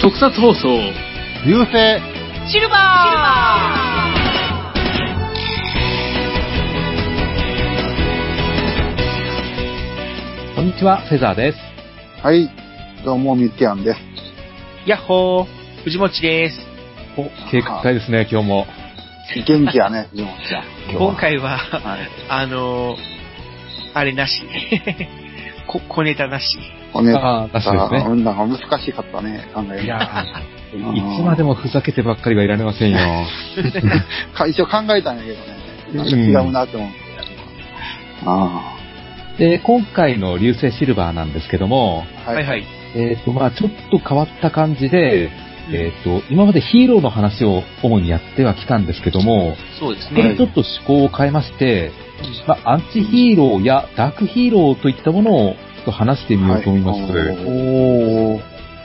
特撮放送流星シルバこんにちは、フェザーです。はい。どうも、みっきゃんです。ヤッホー、藤持です。お、計画会ですね、今日も。元気やね、ジモンちゃん。今回は、 はい。あのー、あれなし。 こ、小ネタなし。おねああ、なしですね。うんなんか難しかったね、考えいやるーいつまでもふざけてばっかりはいられません よ。会社考えたんやけどうんね。違うなって思って。あで、今回の流星シルバーなんですけども、あ。はいはい。えっ、と、まあちょっと変わった感じで、えっ、と、今までヒーローの話を主にやってはきたんですけども、そうですこね。れちょっと思考を変えまして、まあアンチヒーローやダークヒーローといったものをちょっと話してみようと思います。おー。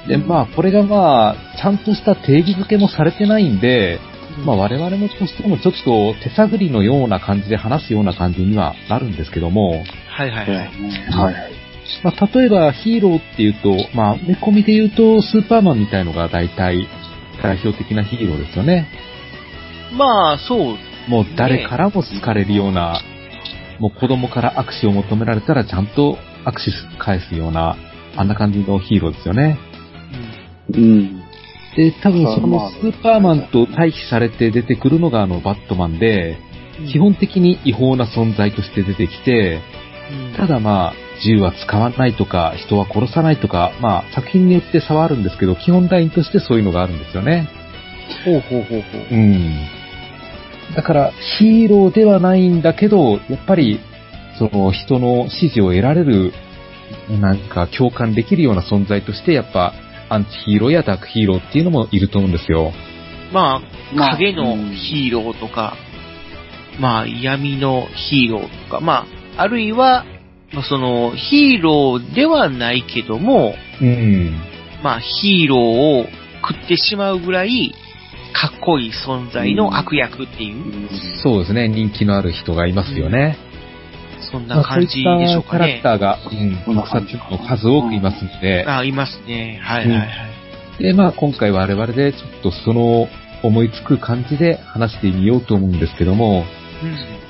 で、まあ、これがまあ、ちゃんとした定義づけもされてないんで、まあ、我々もとしてもちょっと手探りのような感じで話すような感じにはなるんですけども、はいはいはい。はいはい。まあ、例えばヒーローっていうと、まあ、見込みで言うと、スーパーマンみたいのが大体代表的なヒーローですよね。まあ、そう。もう誰からも好かれるような、もう子供から握手を求められたらちゃんと握手返すような、あんな感じのヒーローですよね。うんうん。で、多分まあそまあのスーパーマンと対比されて出てくるのがあのバットマンで、基、本的に違法な存在として出てきて、うんた、だまあ、銃は使わないとか、人は殺さないとか、まあ、作品によって差はあるんですけど、基本ラインとしてそういうのがあるんですよね。ほうほうほうほう。うん。だから、ヒーローではないんだけど、やっぱり、その人の支持を得られる、なんか共感できるような存在として、やっぱ、アンチヒーローやダークヒーローっていうのもいると思うんですよ。まあ、まあ影のヒーローとか、まあ、闇のヒーローとか、まあ、あるいは、まあその、ヒーローではないけども、うん。まあ、ヒーローを食ってしまうぐらい、かっこいい存在の悪役っていう、そうですね、人気のある人がいますよね。そんまなあそう感いじでしょうったキかャラねク。ターが、うん、そんな特感じ撮の数多くいますので、あ、いますね。はいはいはい。で、まあ今回我々でちょっとその思いつく感じで話してみようと思うんですけども、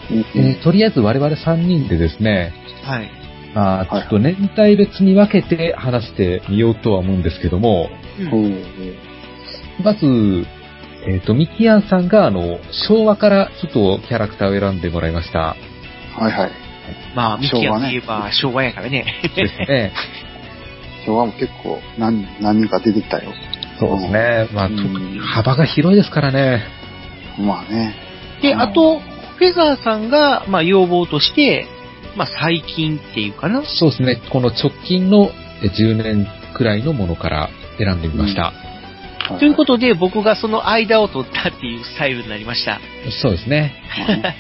うん。えーとりあえず我々3人でですね、はい。まあちょはいっと年代別に分けて話してみようとは思うんですけども、うんまず、えっ、と、ミキアンさんがあの、昭和からちょっとキャラクターを選んでもらいました。はいはい。まあ、ミキ昭ヤ和とねいえば昭和やからね。ですね。昭和も結構何、何人か出てきたよ。 そうですね。まあ、う特んに幅が広いですからね。まあね。で、うんあと、フェザーさんが、まあ、要望として、まあ、最近っていうかな。そうですね。この直近のえ10年くらいのものから選んでみました。はということで、僕がその間を取ったっていうスタイルになりました。そうですね。まあね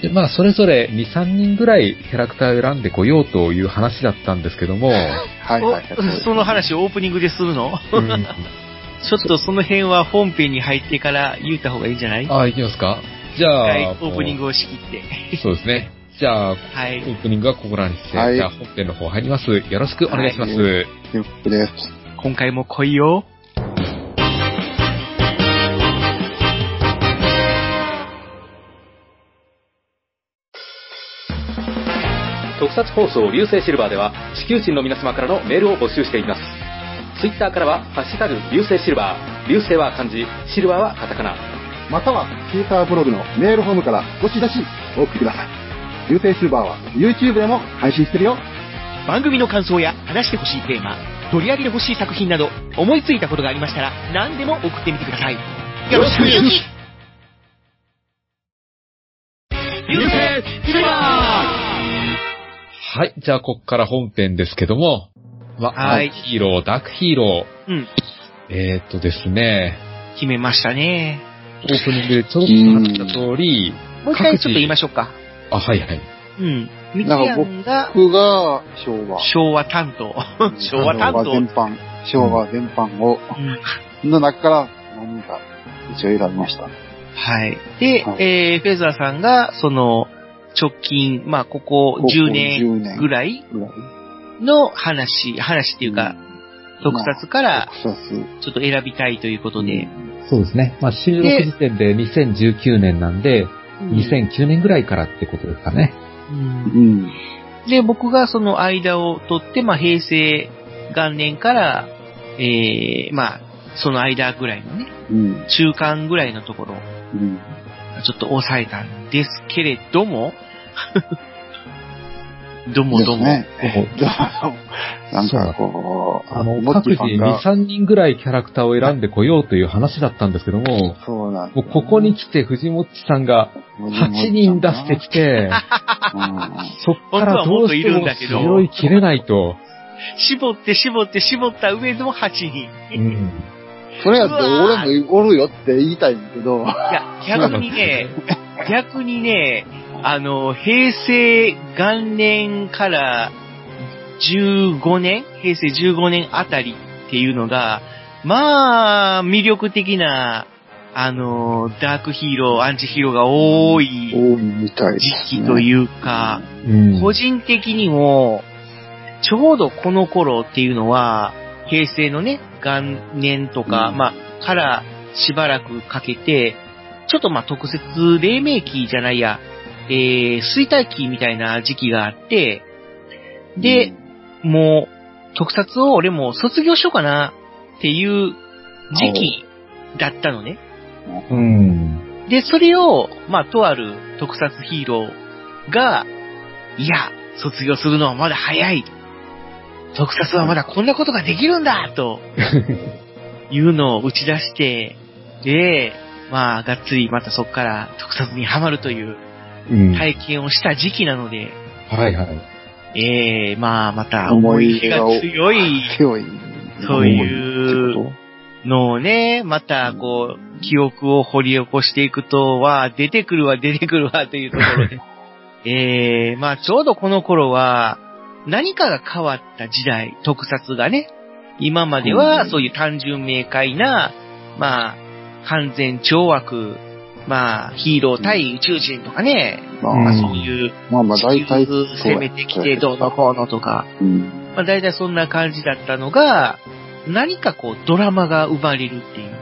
で、まあ、それぞれ2、3人ぐらいキャラクターを選んでこようという話だったんですけど も、はいはいはい。おその話をオープニングでするのうんちょっとその辺は本編に入ってから言った方がいいんじゃないああ、いきますかじゃあ、はい、もうオープニングを仕切って。そうですね。じゃあ、オはい。ープニングはここらにして、はいじゃあ本編の方入ります。よろしくお願いします。はということです。今回も来いよ。特撮放送流星シルバーでは地球人の皆様からのメールを募集していますツイッターからは「ハッシュタグ流星シルバー」流星は漢字シルバーはカタカナまたはシーターブログのメールフォームからどしどしお送りください。流星シルバーは YouTube でも配信してるよ。番組の感想や話してほしいテーマ、取り上げてほしい作品など、思いついたことがありましたら、何でも送ってみてください。よろしく流星シルバはいじゃあここから本編ですけどもまあ、はいヒーローダークヒーローうん、ーえー、っとですね決めましたね。オープニングでちょっとあった通りもう一回ちょっと言いましょうか。あはいはいうん。ミキアンが僕が昭和。昭和担当。昭和担昭和全当。般、昭和全般を、うんの中から何人か一応選びました。はい。で、はいえー、フェザーさんが、その、直近、まあ、こここ10年10年ぐらいぐらい。の話、話っていうか、特撮から草津。ちょっと選びたいということで、そうですね。まあ、収録時点で2019年なんで、2009年ぐらいからってことですかね。うんうん。で、僕がその間を取って、まあ、平成元年から、えー、まあ、その間ぐらいのね、うん。中間ぐらいのところ、うん。ちょっと抑えたんですけれども、 どもども、ですね。こじゃあ、なんかこう、うあの、モッ各チー自さん2、3が、人ぐらいキャラクターを選んでこようという話だったんですけども、そうなんもうここに来て藤本さんが8人出してきて、うそっからどうしても拾いきれないと。絞って絞って絞った上でも8人。いうん。んそれやって俺もおるよって言いたいんだけ ど、や、逆にね、逆にね、あの、平成元年から15年、平成15年あたりっていうのが、まあ、魅力的な、あの、ダークヒーロー、アンチヒーローが多い多いみたいです、時期というか、うん。個人的にも、ちょうどこの頃っていうのは、平成のね、元年とか、うんまあ、からしばらくかけて、ちょっとまあ特設黎明期じゃないや、えー、衰退期みたいな時期があって、で、もう、特撮を俺も卒業しようかなっていう時期だったのね。うん。で、それを、まあ、とある特撮ヒーローが、いや、卒業するのはまだ早い。特撮はまだこんなことができるんだ と、いうのを打ち出して、で、まあ、がっつりまたそこから特撮にハマるといううん。はい。体験をした時期なので、はいはい。ええまあ、また思い出が思い出強い強い。そうっていこのをね、またこう、記憶を掘り起こしていくとは、出てくるわ、出てくるわ、というところ で。ええまあちょうどこの頃は、何かが変わった時代、特撮がね、今までうはんそういう単純明快な、まあ、完全懲悪、まあ、ヒーロー対宇宙人とかね、まうんまああ、そういう、まあまあ大地体球そう攻めてきてどうのこうのとか、うん。まあ、大体そんな感じだったのが、何かこうドラマが生まれるっていう。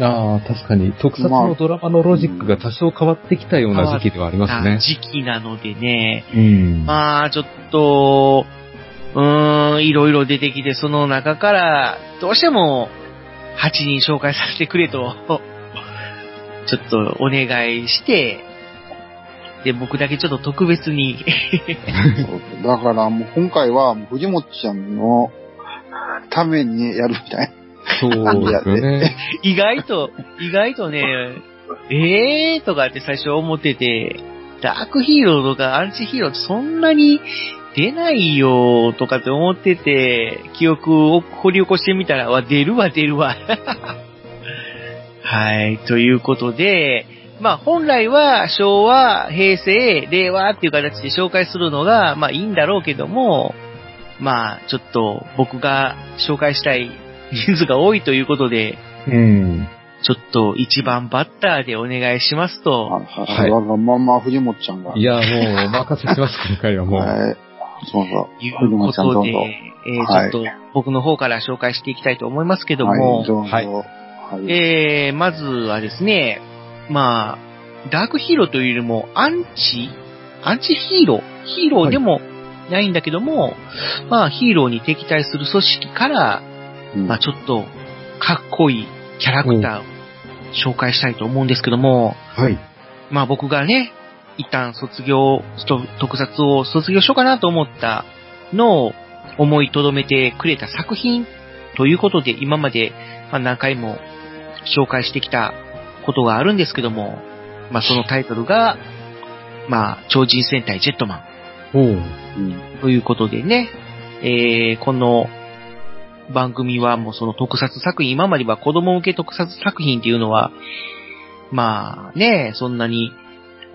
ああ、確かに、特撮のドラマのロジックが多少変わってきたような時期ではありますね。時期なのでね。うん。まあ、ちょっと、うーん、いろいろ出てきて、その中から、どうしても、8人紹介させてくれと、 ちょっとお願いして、で、僕だけちょっと特別に、そうだからもう今回はもう藤本ちゃんのためにやるみたいそうですよね。 意外と、意外とね、えーとかって最初思ってて、ダークヒーローとかアンチヒーローってそんなに出ないよとかって思ってて、記憶を掘り起こしてみたら、わ、出るわ、出るわ。 はい、ということで、まあ本来は昭和、平成、令和っていう形で紹介するのが、まあいいんだろうけども、まあちょっと僕が紹介したい人数が多いということで、うん。ちょっと一番バッターでお願いしますな。と。いわがまま藤本ちゃんが。いや、もう、お任せします、今回はもう。はい。そうそう。いう藤本こちゃんどとうで、ぞ。えーはいちょっと僕の方から紹介していきたいと思いますけども、はい、どうぞ。ははいい。えー、まずはですね、まあ、ダークヒーローというよりも、アンチ、アンチヒーロー、ヒーローでもないんだけども、まあ、ヒーローに敵対する組織から、うんまあ、ちょっと、かっこいいキャラクターを紹介したいと思うんですけども、はい。まあ僕がね、一旦卒業、と特撮を卒業しようかなと思ったのを思いとどめてくれた作品ということで、今まで、まあ、何回も紹介してきたことがあるんですけども、まあそのタイトルが、まあ超人戦隊ジェットマン。おう。うんということでね、えー、この番組はもうその特撮作品、今までは子供向け特撮作品っていうのは、まあね、そんなに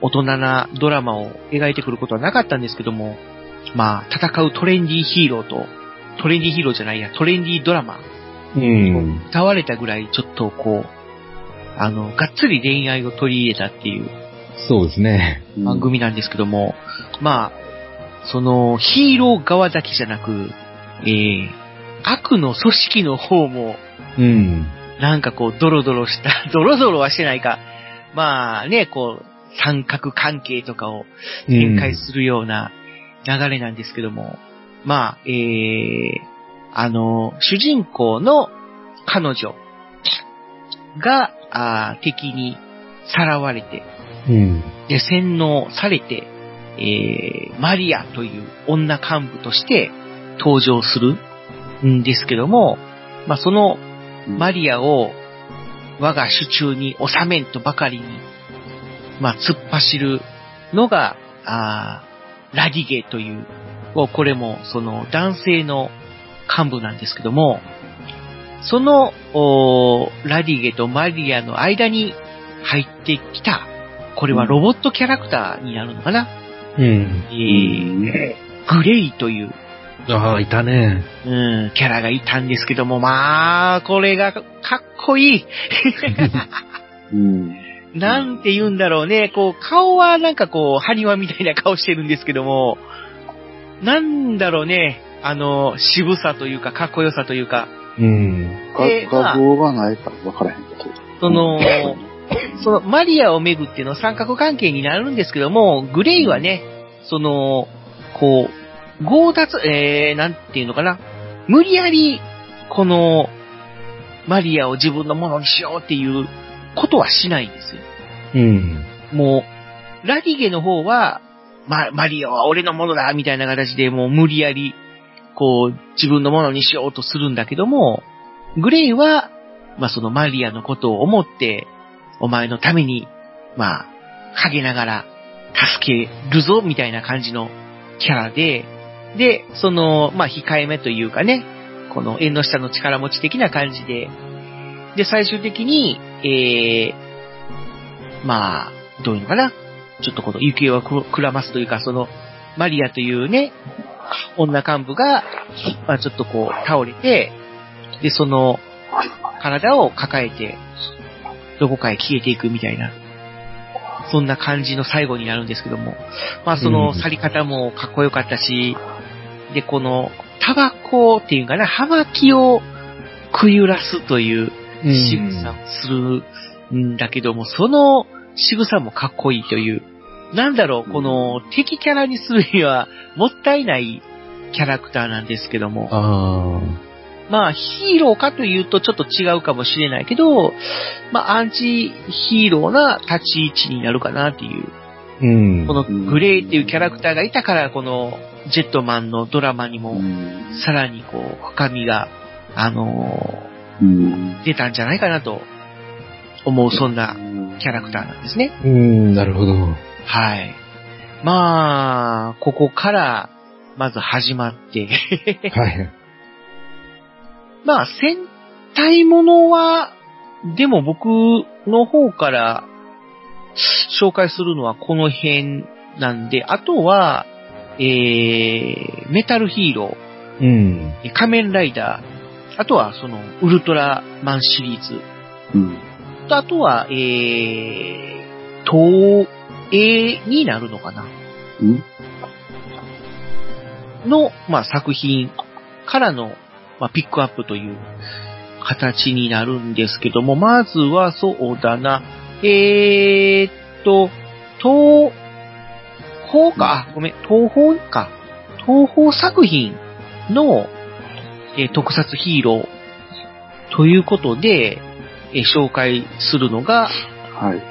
大人なドラマを描いてくることはなかったんですけども、まあ戦うトレンディーヒーローと、トレンディーヒーローじゃないや、トレンディードラマ、うん。倒れたぐらいちょっとこう、あの、がっつり恋愛を取り入れたっていうそうですね。番組なんですけども、まあ、その、ヒーロー側だけじゃなく、えー、悪の組織の方も、うん。なんかこう、ドロドロした、 ドロドロはしてないか、まあね、こう、三角関係とかを展開するような流れなんですけども、まあ、えー、あの、主人公の彼女が、あー敵にさらわれて、うん。で、洗脳されて、えー、マリアという女幹部として登場するんですけども、まあ、そのマリアを我が手中に収めんとばかりに、まあ、突っ走るのが、あーラディゲという、おこれもその男性の幹部なんですけども、その、おラディゲとマリアの間に入ってきた、これはロボットキャラクターになるのかな、うん。えーグレイという、ああ、いたね。うん、キャラがいたんですけども、まあ、これがかっこ いい。うん。なんて言うんだろうね。こう、顔はなんかこう、埴輪みたいな顔してるんですけども、なんだろうね。あの、渋さというか、かっこよさというか、うん。かえーまあ画像がないから分からへんけど。その、その、マリアをめぐっての三角関係になるんですけども、グレイはね、その、こう、強奪、えー、なんていうのかな。無理やり、この、マリアを自分のものにしようっていうことはしないんですよ。うん。もう、ラディゲの方は、ま、マリオは俺のものだみたいな形でもう無理やり、こう、自分のものにしようとするんだけども、グレイは、まあ、そのマリアのことを思って、お前のために、まあ、陰ながら、助けるぞ、みたいな感じのキャラで、で、その、まあ、控えめというかね、この縁の下の力持ち的な感じで、で、最終的に、えー、まあ、どういうのかなちょっとこの行方はくくらますというか、その、マリアというね、女幹部が、まあちょっとこう、倒れて、で、その、体を抱えて、どこかへ消えていくみたいな、そんな感じの最後になるんですけども、まあそのうん去り方もかっこよかったし、で、この、タバコっていうかな、葉巻を食い揺らすという、仕草をするんだけども、その仕草もかっこいいという、なんだろう、この敵キャラにするにはもったいないキャラクターなんですけども、あまあヒーローかというとちょっと違うかもしれないけど、まあアンチヒーローな立ち位置になるかなっていう、あ。うん。このグレーっていうキャラクターがいたから、このジェットマンのドラマにうもん。さらにこう深みが、あのうんー出たんじゃないかなと思う、そんなキャラクターなんですね。うん、なるほど。はい。まあ、ここから、まず始まって。 はい。まあ、戦隊ものは、でも僕の方から紹介するのはこの辺なんで、あとは、えー、メタルヒーロうん。ー、仮面ライダー、あとはその、ウルトラマンシリーズ、うん。とあとは、えー、東映になるのかなうんの、まあ、作品からの、まあ、ピックアップという形になるんですけども、まずはそうだな、えー、っと、東方か、あごめん、東方か、東方作品の、えー特撮ヒーローということで、えー紹介するのが、はい。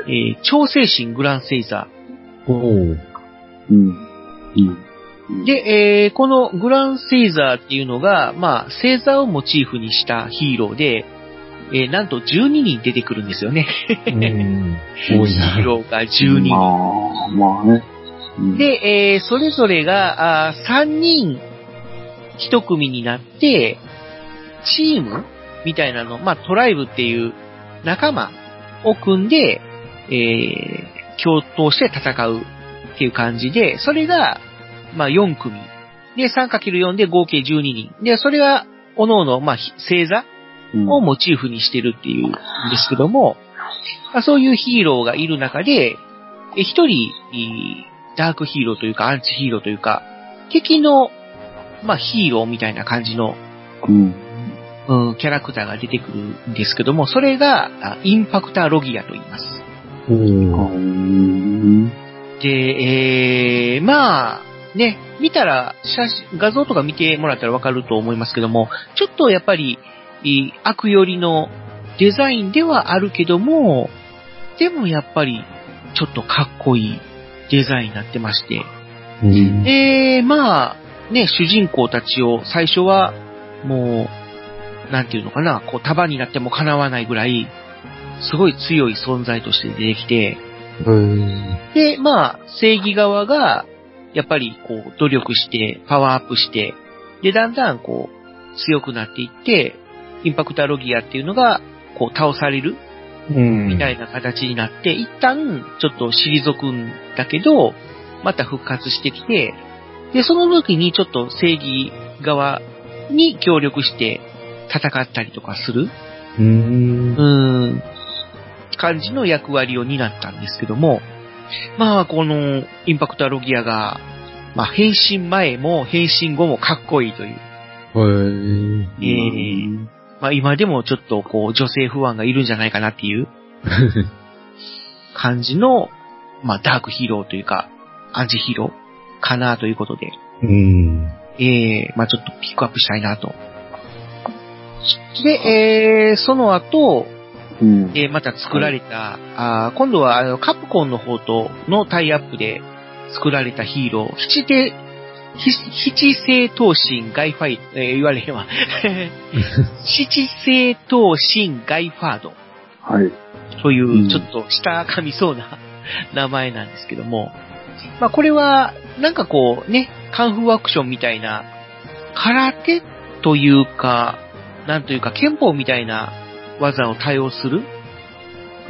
えー超精神グランセイザー。お お。うん。うん。で、えーこのグランセイザーっていうのが、まあ、セイザーをモチーフにしたヒーローで、えーなんと12人出てくるんですよね。うん。多いヒーな。ローが12ま人。あ、まあね。うん、で、えーそれぞれが、あ3人1組になって、チームみたいなの、まあ、トライブっていう仲間を組んで、えー共闘して戦うっていう感じで、それが、まあ、4組。で、3×4 で合計12人。で、それが、各々、まあ、ひ星座うんをモチーフにしてるっていうんですけども、まあそういうヒーローがいる中で、え一人、いダークヒーローというか、アンチヒーローというか、敵の、まあ、ヒーローみたいな感じの、うん。うん、キャラクターが出てくるんですけども、それが、あインパクターロギアと言います。おーうん。で、えー、まあ、ね、見たら写真、画像とか見てもらったらわかると思いますけども、ちょっとやっぱり、いい悪よりのデザインではあるけども、でもやっぱり、ちょっとかっこいいデザインになってまして、うんで、まあ、ね、主人公たちを最初は、もう、なんていうのかな、こう、束になっても叶わないぐらい、すごい強い存在として出てきて、で、まあ、正義側が、やっぱり、こう、努力して、パワーアップして、で、だんだん、こう、強くなっていって、インパクタロギアっていうのが、こう、倒されるうんみたいな形になって、一旦、ちょっと退くんだけど、また復活してきて、で、その時にちょっと正義側に協力して戦ったりとかする、うんうーん、感じの役割を担ったんですけども、まあ、この、インパクタロギアが、まあ、変身前も変身後もかっこいいという、うんえーまあ、今でもちょっと、こう、女性不安がいるんじゃないかなっていう、感じの、まあ、ダークヒーローというか、アンチヒーローかなということで、うん。ええまあちょっとピックアップしたいなと。で、えー、その後、うん。えーまた作られた、あー今度はあのカプコンの方とのタイアップで作られたヒーロー、七手、七七星闘神ガイファイ、えー言われへんわ。七星闘神ガイファードはい。というう、んちょっと下噛みそうな 名前なんですけども、まあこれは、なんかこうね、カンフーアクションみたいな、空手というか、なんというか憲法みたいな技を対応する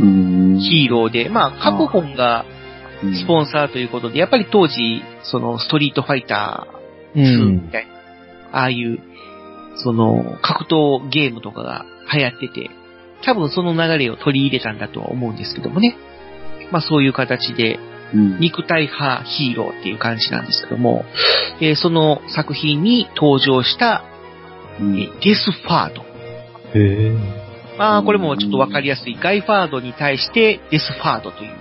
うん。ヒーローで、まあ、カプコンがスポンサーということで、やっぱり当時、その、ストリートファイタうー2んみ。たいな、ああいう、その、格闘ゲームとかが流行ってて、多分その流れを取り入れたんだとは思うんですけどもね。まあそういう形で、うん。肉体派ヒーローっていう感じなんですけども、えーその作品に登場した、えうんーデスファード。へえ。まあこれもちょっとわかりやすい。ガイファードに対してデスファードという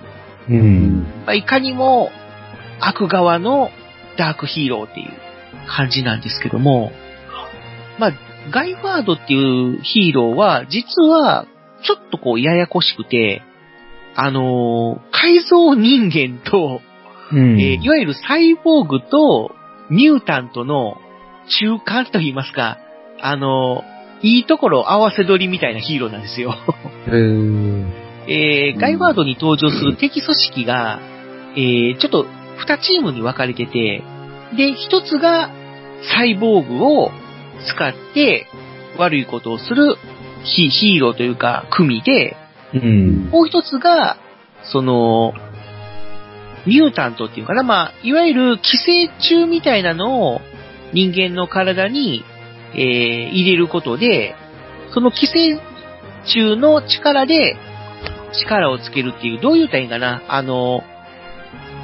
う。うんん。まあ、いかにも悪側のダークヒーローっていう感じなんですけども、まあ、ガイファードっていうヒーローは、実は、ちょっとこう、ややこしくて、あのー改造人間と、うんえーいわゆるサイボーグとミュータントの中間といいますか、あのーいいところ合わせ取りみたいなヒーローなんですよ。うんえーガイワードに登場する敵組織が、えーちょっと二チームに分かれてて、で、一つがサイボーグを使って悪いことをするヒヒーローというか組で、うん。もう一つが、その、ミュータントっていうかな、まあ、いわゆる寄生虫みたいなのを人間の体に、えー入れることで、その寄生虫の力で力をつけるっていう、どういうたらいいんかな、あの、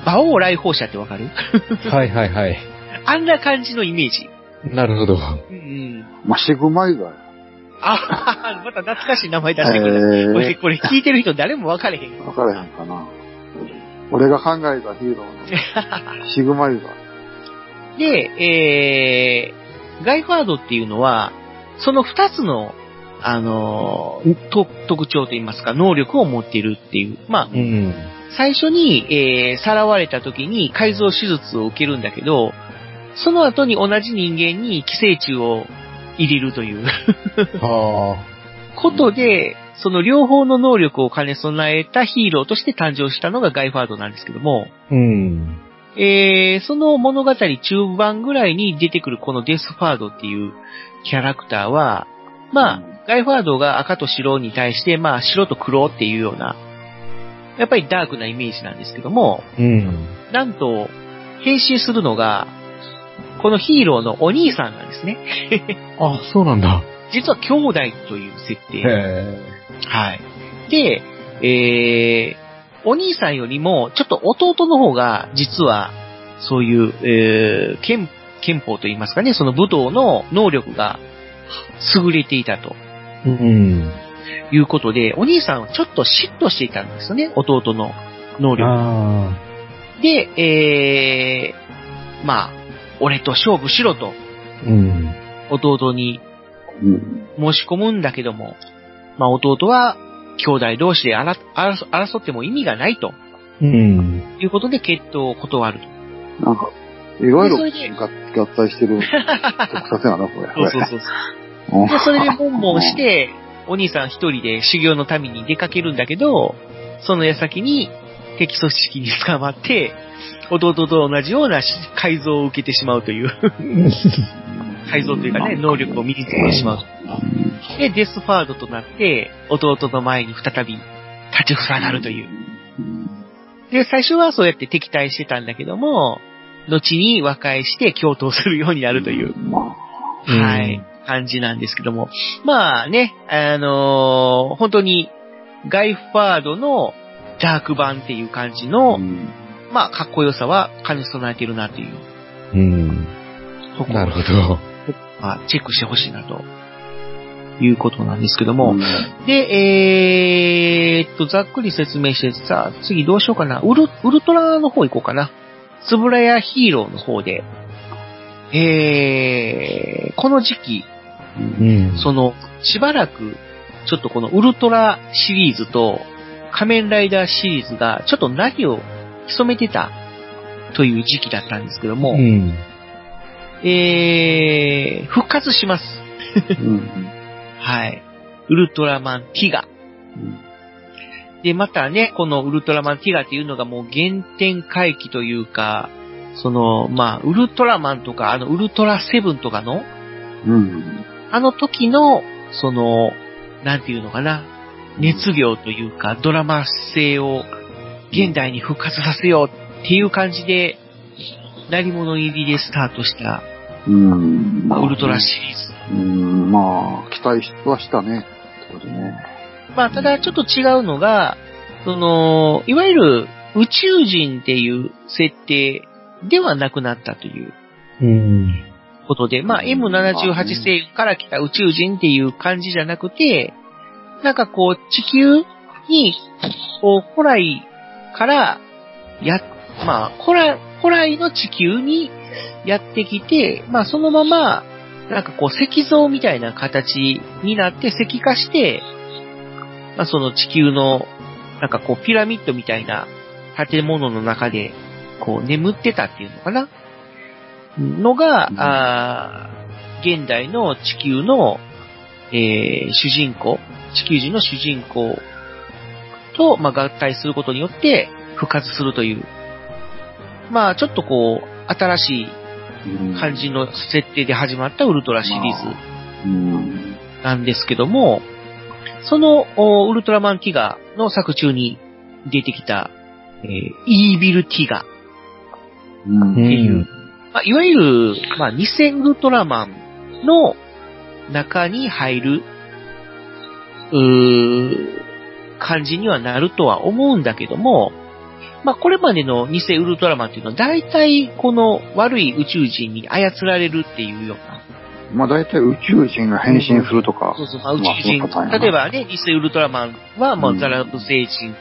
馬王来訪者ってわかる はいはいはい。あんな感じのイメージ。なるほど。うんうん。まあ、シグマイガー。あ また懐かしい名前出してくる。こえれ、これ聞いてる人誰もわかれへんえ。わからへんかな。俺が考えたヒーローのシグマイガー。で、えー、ガイファードっていうのは、その二つの、あのーと特徴といいますか、能力を持っているっていう。まあ、ん。最初に、えー、さらわれた時に改造手術を受けるんだけど、その後に同じ人間に寄生虫を入れるというあことで、その両方の能力を兼ね備えたヒーローとして誕生したのがガイファードなんですけども、あ。うん。えー、その物語中盤ぐらいに出てくるこのデスファードっていうキャラクターは、まあ、ガイファードが赤と白に対して、まあ、白と黒っていうような、やっぱりダークなイメージなんですけども、うん。なんと、変身するのが、このヒーローのお兄さんなんですね。あ、そうなんだ。実は兄弟という設定。へえ。はい。で、えー、お兄さんよりも、ちょっと弟の方が、実は、そういう、えー、憲憲法といいますかね、その武道の能力が優れていたとうん。いうことで、お兄さんはちょっと嫉妬していたんですよね、弟の能力あで、えー、まあ、俺と勝負しろと、あ。うん。弟にう申ん。し込むんだけども、まあ、弟は兄弟同士で争争争っても意味がないとうん。いうことで決闘を断ると。なんか、いろいろそ合れで合体してる特撮やな、これ。そうそうそう。うんで、それでボンボンして、お兄さん一人で修行のために出かけるんだけど、その矢先に敵組織に捕まって、弟と同じようなし改造を受けてしまうという、改造というかね、能力を身につけてしまう。で、デスファードとなって、弟の前に再び立ちふさがるという。で、最初はそうやって敵対してたんだけども、後に和解して共闘するようになるという、うんはい、感じなんですけども。まあね、あのー本当に、ガイ・ファードのダーク版っていう感じの、うんまあ、かっこよさは兼ね備えてるなっていう、うん。ところなるほど。まあチェックしてほしいなと、いうことなんですけども。うんで、えー、っと、ざっくり説明して、さあ、次どうしようかな。ウル、ウルトラの方行こうかな。つぶらやヒーローの方で、えー、この時期、うんその、しばらく、ちょっとこのウルトラシリーズと仮面ライダーシリーズが、ちょっと何を潜めてたという時期だったんですけども、うん。えー、復活します。うんはい。ウルトラマンティガ。で、またね、このウルトラマンティガっていうのがもう原点回帰というか、その、まあ、ウルトラマンとか、あの、ウルトラセブンとかの、うん。あの時の、その、なんていうのかな、熱量というか、ドラマ性を現代に復活させようっていう感じで、何者入りでスタートした、うん。ウルトラシリーズうん、まあ、期待はしたね。そうだね。まあ、ただちょっと違うのが、その、いわゆる宇宙人っていう設定ではなくなったといううん。ことで、まあ、M78 世紀から来た宇宙人っていう感じじゃなくて、なんかこう、地球に、こう、古来から、や、まあ、古来、古来の地球にやってきて、まあ、そのまま、なんかこう、石像みたいな形になって石化して、まあ、その地球の、なんかこう、ピラミッドみたいな建物の中で、こう、眠ってたっていうのかなのが、うんあー現代の地球の、えー主人公、地球人の主人公と、まあ、合体することによって復活するという、まあ、ちょっとこう、新しいうん感じの設定で始まったウルトラシリーズ。うん。なんですけども、そのおウルトラマンティガの作中に出てきた、えーイービルティガ。うん。まあ、いわゆる、まあ、2000ウルトラマンの中に入る、うー感じにはなるとは思うんだけども、まあ、これまでの2000ウルトラマンっていうのは、大体この悪い宇宙人に操られるっていうような、まあ、大体宇宙人が変身するとかそ。うそう、まあ、宇まあ宙そうか大人、変例えばね、2000ウルトラマンは、まうあ、んザラブ星人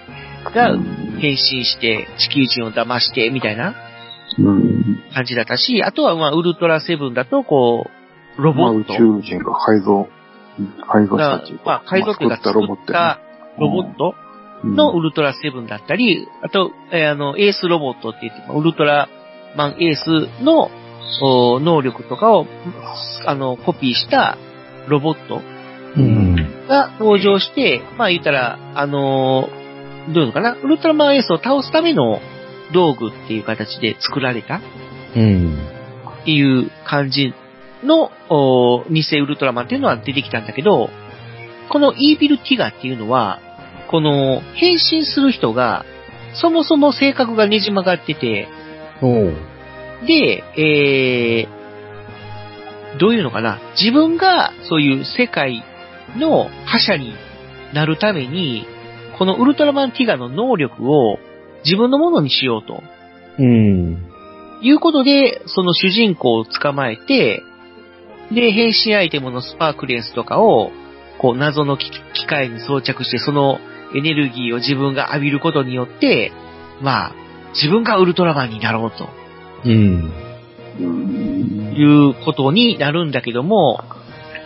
がうん変身して、地球人を騙して、みたいなうん。感じだったし、あとは、まあ、ウルトラセブンだと、こう、ロまあ、ボ宇ット。宙人が改造、うん改造したがっていう、か。まあ、海賊がまあ作った作ロボッっトたやロボットね。のうんウルトラセブンだったり、あと、えーあの、エースロボットって言って、ウルトラマンエースのお能力とかを、あの、コピーしたロボットうん。が登場して、まあ言ったら、あのーどういうのかな、ウルトラマンエースを倒すための道具っていう形で作られたうん。っていう感じの、おー偽ウルトラマンっていうのは出てきたんだけど、このイービルティガっていうのは、この変身する人が、そもそも性格がねじ曲がってて、おう。で、えー、どういうのかな自分がそういう世界の覇者になるために、このウルトラマンティガの能力を自分のものにしようと。うん。いうことで、その主人公を捕まえて、で、変身アイテムのスパークレンスとかを、こう、謎の機機械に装着して、そのエネルギーを自分が浴びることによって、まあ、自分がウルトラマンになろうと。うん。うん。いうことになるんだけども、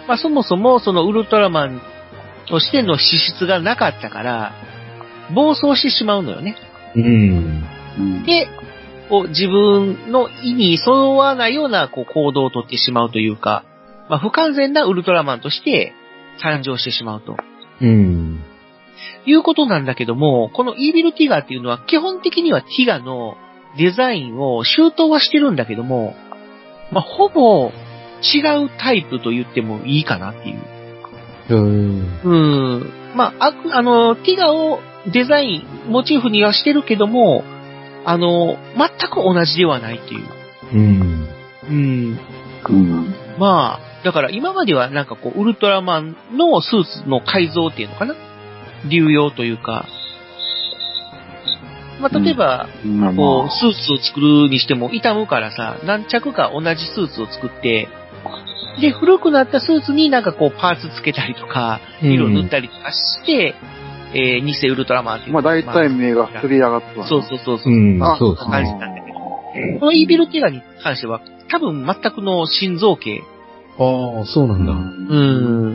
まあそもそもそのウルトラマンとしての資質がなかったから、暴走してしまうのよね。うん。うんで、こう自分の意に沿わないようなこう行動をとってしまうというか、まあ不完全なウルトラマンとして誕生してしまうとうん。いうことなんだけども、このイービルティガーっていうのは基本的にはティガのデザインを周到はしてるんだけども、まあほぼ違うタイプと言ってもいいかなっていう。うん。うん。まあ、あく、あの、ティガをデザイン、モチーフにはしてるけども、あの、全く同じではないっていう。うん。うん。うん。まあ、だから今まではなんかこう、ウルトラマンのスーツの改造っていうのかな流用というか。まあ、例えば、まあこまう、スーツを作るにしても傷むからさ、何着か同じスーツを作って、で、古くなったスーツになんかこう、パーツつけたりとか、色塗ったりとかして、えー、偽ウルトラマンってあ。いう。まあ大体目が膨れ上がったまわあそうそうそうそうう。んあ。そうです感じね。なんだけこのイービルティガに関しては、多分全くの心臓系。ああ、そうなうん。だ。うんん。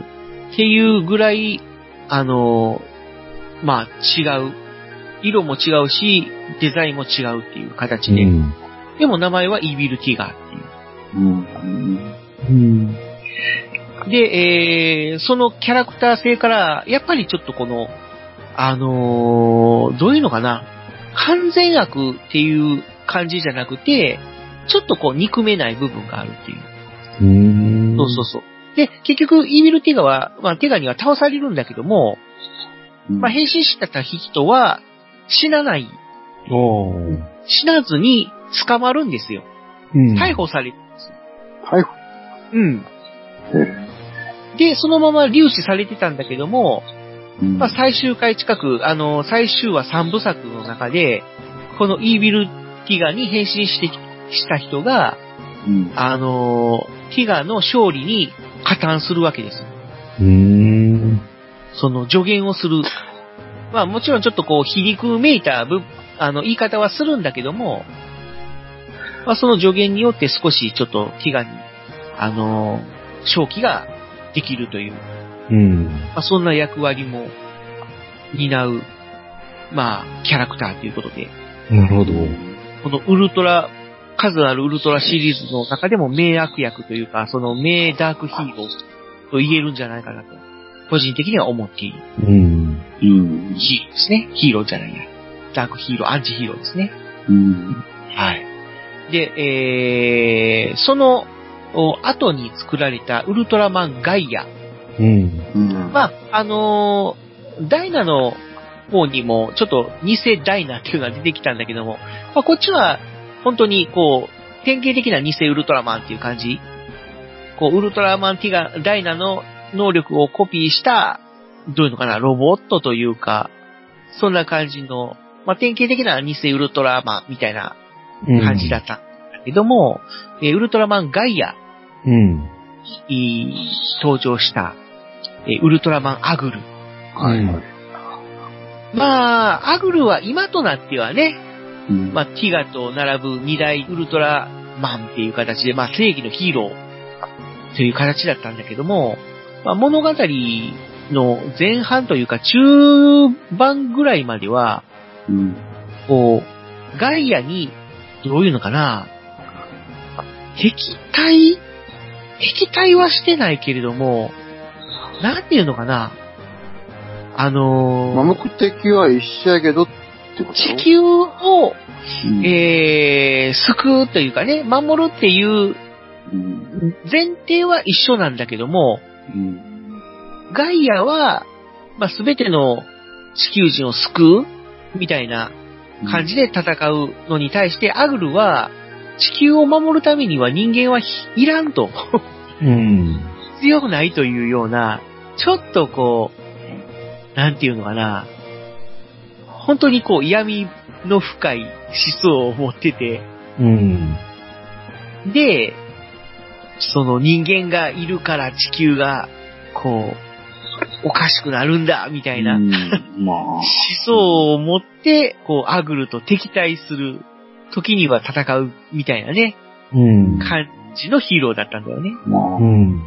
っていうぐらい、あのーまあ違う。色も違うし、デザインも違うっていう形で。うん。でも名前はイービルティガーっていう。うん。うん。で、えー、そのキャラクター性から、やっぱりちょっとこの、あのーどういうのかな、完全悪っていう感じじゃなくて、ちょっとこう憎めない部分があるっていう。うん。そうそうそう。で、結局、イービルティガは、まあ、ティガには倒されるんだけども、まあ、変身した人は死なない。う。おー死なずに捕まるんですよ。うん。逮捕される。はい。うん。で、そのまま留置されてたんだけども、うんまあ、最終回近く、あの、最終話3部作の中で、このイービル・ティガに変身してきした人が、うんあの、ティガの勝利に加担するわけです。うん。その助言をする。まあもちろんちょっとこう皮肉めいたぶあの言い方はするんだけども、まあその助言によって少しちょっとティガに、あの、勝機ができるという。うん。まあ、そんな役割も担う、まあ、キャラクターということで、なるほど。このウルトラ、数あるウルトラシリーズの中でも名悪役というか、その名ダークヒーローと言えるんじゃないかなと、個人的には思っているうん。うん。ヒーローですね。ヒーローじゃないや。ダークヒーロー、アンチヒーローですね。うん。はい。で、えー、その、お後に作られたウルトラマンガイアうん。うん。まあ、あのーダイナの方にも、ちょっと偽ダイナっていうのが出てきたんだけども、まあ、こっちは、本当に、こう、典型的な偽ウルトラマンっていう感じ。こう、ウルトラマンティガ、ダイナの能力をコピーした、どういうのかな、ロボットというか、そんな感じの、まあ、典型的な偽ウルトラマンみたいな感じだったんだけども、えーウルトラマンガイアうん。に登場した、えーウルトラマンアグル。はいはい。まあ、アグルは今となってはね、うんまあ、ティガと並ぶ二大ウルトラマンっていう形で、まあ、正義のヒーローという形だったんだけども、まあ、物語の前半というか中盤ぐらいまでは、うん。こう、ガイアに、どういうのかな、敵対敵対はしてないけれども、なんていうのかな、あのーまあ、目的は一緒やけどってこと地球を、うんえー、救うというかね、守るっていううん前提は一緒なんだけども、うんガイアは、まあ、すべての地球人を救うみたいな感じで戦うのに対して、アグルは、地球を守るためには人間はひいらんと、うん。必要ないというような、ちょっとこう、なんていうのかな、本当にこう嫌味の深い思想を持ってて、うん。で、その人間がいるから地球が、こう、おかしくなるんだ、みたいなう思んまあ。想を持って、こう、アグルと敵対する、時には戦う、みたいなね、うん。感じのヒーローだったんだよね。うまあ、ん。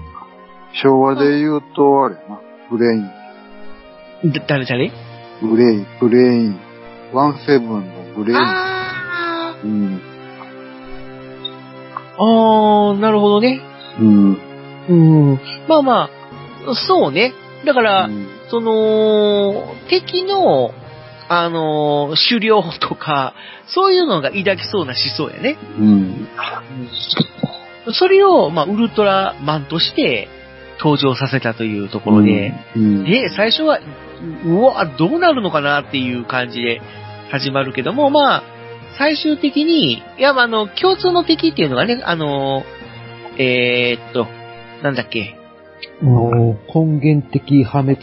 昭和で言うと、あれやな、グレイン。だ、誰誰グレイ、グレイン。ワンセブンのグレイン。あうん。ー、あー、なるほどね。うん。うん。まあまあ、そうね。だから、うんその、敵の、あのー狩猟とか、そういうのが抱きそうな思想やね。うん。それを、まあ、ウルトラマンとして登場させたというところで、うん、で、最初は、ううわ、どうなるのかなっていう感じで始まるけども、まあ、最終的に、いや、まあ、あの、共通の敵っていうのがね、あのーえーっと、なんだっけ、もう根源的破滅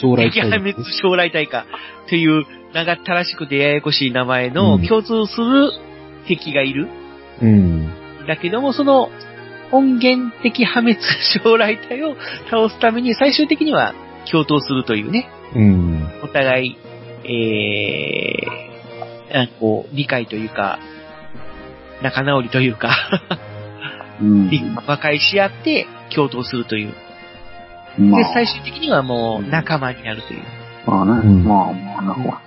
将来敵破滅将来体かという長ったらしくてややこしい名前のうん共通する敵がいる。うん。だけども、その根源的破滅将来体を倒すために最終的には共闘するというね、うん。お互い、えー、なんかこう、理解というか、仲直りというか、うん和解し合って共闘するという。まで、あ、最終的にはもう仲間になるというまあね、うんまあまあ、なんか、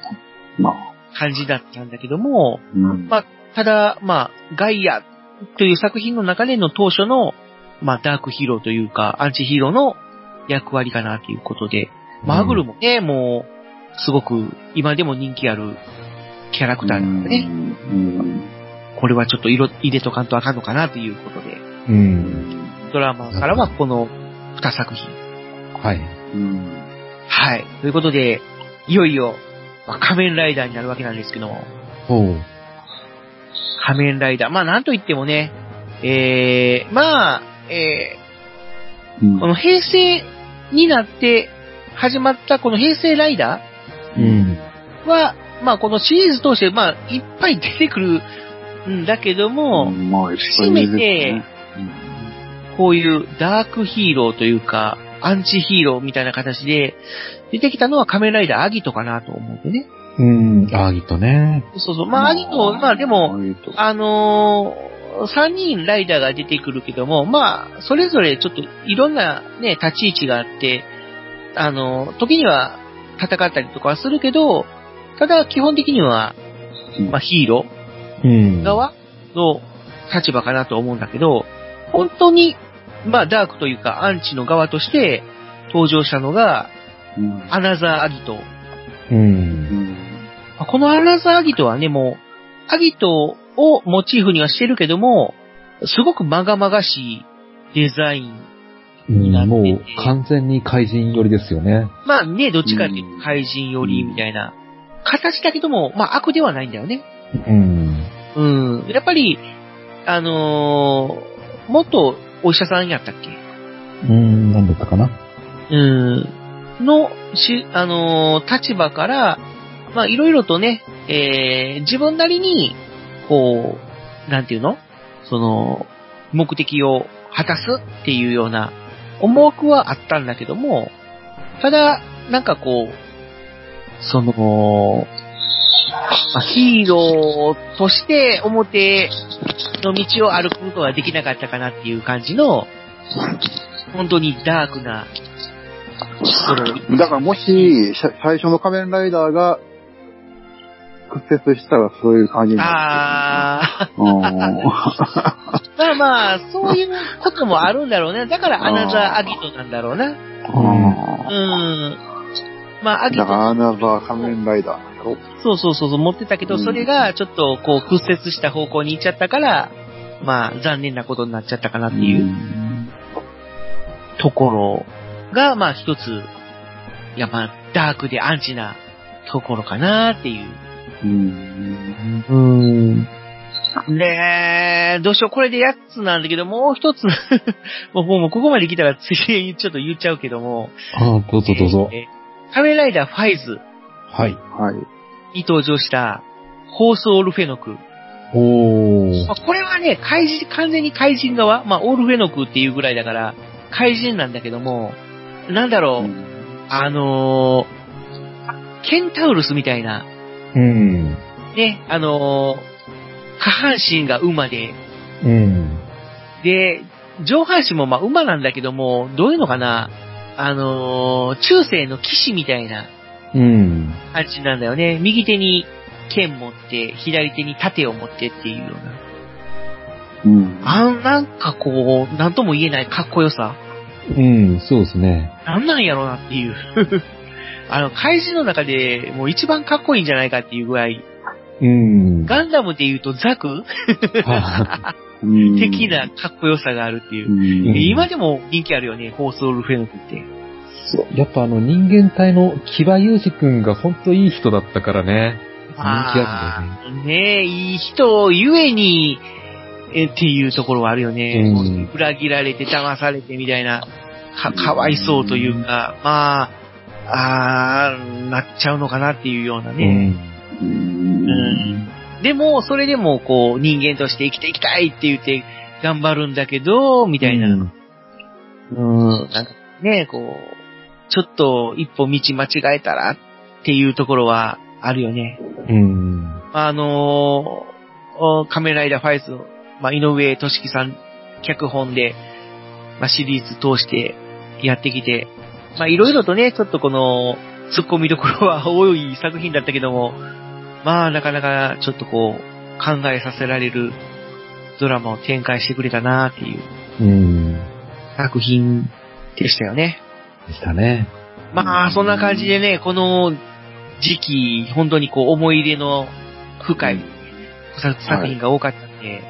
まあ、感じだったんだけども、うん。まあ、ただ、まあ、ガイアという作品の中での当初の、まあ、ダークヒーローというか、アンチヒーローの役割かなということで、マーグルもね、もう、すごく、今でも人気あるキャラクターなんでね、うん。これはちょっと色入れとかんとあかんのかなということで、う。うんん。ドラマからはこの2作品。はい。うん。はい。ということで、いよいよ、まあ、仮面ライダーになるわけなんですけども、ほう。仮面ライダー。まあ、なんといってもね、えー、まあ、えー、うんこの平成になって始まったこの平成ライダうん。ーは、まあこのシリーズ通して、まあいっぱい出てくるんだけども、まあ、いっぱい出てるねこういうダークヒーローというか、アンチヒーローみたいな形で出てきたのは仮面ライダーアギトかなと思ってね。うん。アーギトね。そうそう。まあアギト、まあでも、、あのー、3人ライダーが出てくるけども、まあ、それぞれちょっといろんなね、立ち位置があって、あのー、時には戦ったりとかはするけど、ただ基本的には、うんまあヒーロうんー。側の立場かなと思うんだけど、本当に、まあダークというかアンチの側として登場したのが、うんアナザーアギト。うんう。ん。まあこのアナザーアギトはね、もう、アギトをモチーフにはしてるけども、すごくまがまがしいデザイン。うんもう完全に怪人寄りですよね。まあね、どっちかっていううんと怪人寄りみたいな形だけども、まあ悪ではないんだよね。うん。うん。やっぱり、あのー、元お医者さんやったっけうん、なんだったかな。うん。の、し、あのー立場から、まあいろいろとね、えー、自分なりに、こう、なんていうのその、目的を果たすっていうような思惑はあったんだけども、ただ、なんかこう、その、まあヒーローとして表の道を歩くことができなかったかなっていう感じの、本当にダークな、そのだからもし、しゃ最初の仮面ライダーが、屈折したらそういう感じになる。あああ。ー、 まあまあ、そういうこともあるんだろうね。だからアナザーアギトなんだろうな。ううんん。まあ、アギだから、ト、アナザー仮面ライダーなんやろ。そうそうそうそう、持ってたけど、うんそれがちょっとこう、屈折した方向に行っちゃったから、まあ、残念なことになっちゃったかなっていうところが、まあ一つ、いやまあ、ダークでアンチなところかなっていう。うん。うん。ねえ、どうしよう。これでやつなんだけど、もう一つ、 もうもうここまで来たらついでにちょっと言っちゃうけども。ああ、どうぞどうぞ。えー。仮面ライダーファイズ。はい。はい。に登場した、ホース・オルフェノク。おーまあ、これはね、怪人、完全に怪人側、まあ、オールフェノクっていうぐらいだから、怪人なんだけども、なんだろう、あのー、ケンタウルスみたいな、うん。ね、あのー、下半身が馬で、うん。で、上半身もまあ馬なんだけども、どういうのかな、あのー、中世の騎士みたいなうん。感じなんだよね。右手に剣持って、左手に盾を持ってっていうような。うん。あん、なんかこう、なんとも言えないかっこよさ。うん、そうですね。なんなんやろなっていう。 あの、怪人の中でもう一番かっこいいんじゃないかっていうぐらい、うん。ガンダムで言うとザクはうん的なかっこよさがあるっていうう。んうん今でも人気あるよね、ホースオルフェノクって。いやっぱあの人間体の木場裕二くんがほんといい人だったからね。人気あるんだあよね。ーねえ、いい人ゆえに、えっていうところはあるよね。うん裏切られて、騙されてみたいな、か、かわいそうというか、まあ、あーなっちゃうのかなっていうようなね。うんうんでも、それでも、こう、人間として生きていきたいって言って、頑張るんだけど、みたいな。うん、なんかね、こう、ちょっと一歩道間違えたらっていうところはあるよね。うん。あのーお仮面ライダーファイズの、まあ、井上俊樹さん脚本で、まあ、シリーズ通してやってきて、まあ、いろいろとね、ちょっとこの、突っ込みどころは 多い作品だったけども、まあ、なかなかちょっとこう、考えさせられるドラマを展開してくれたなっていううん。作品でしたよね。でしたね。まあ、そんな感じでね、この時期、本当にこう、思い入れの深い作作品が多かったんで、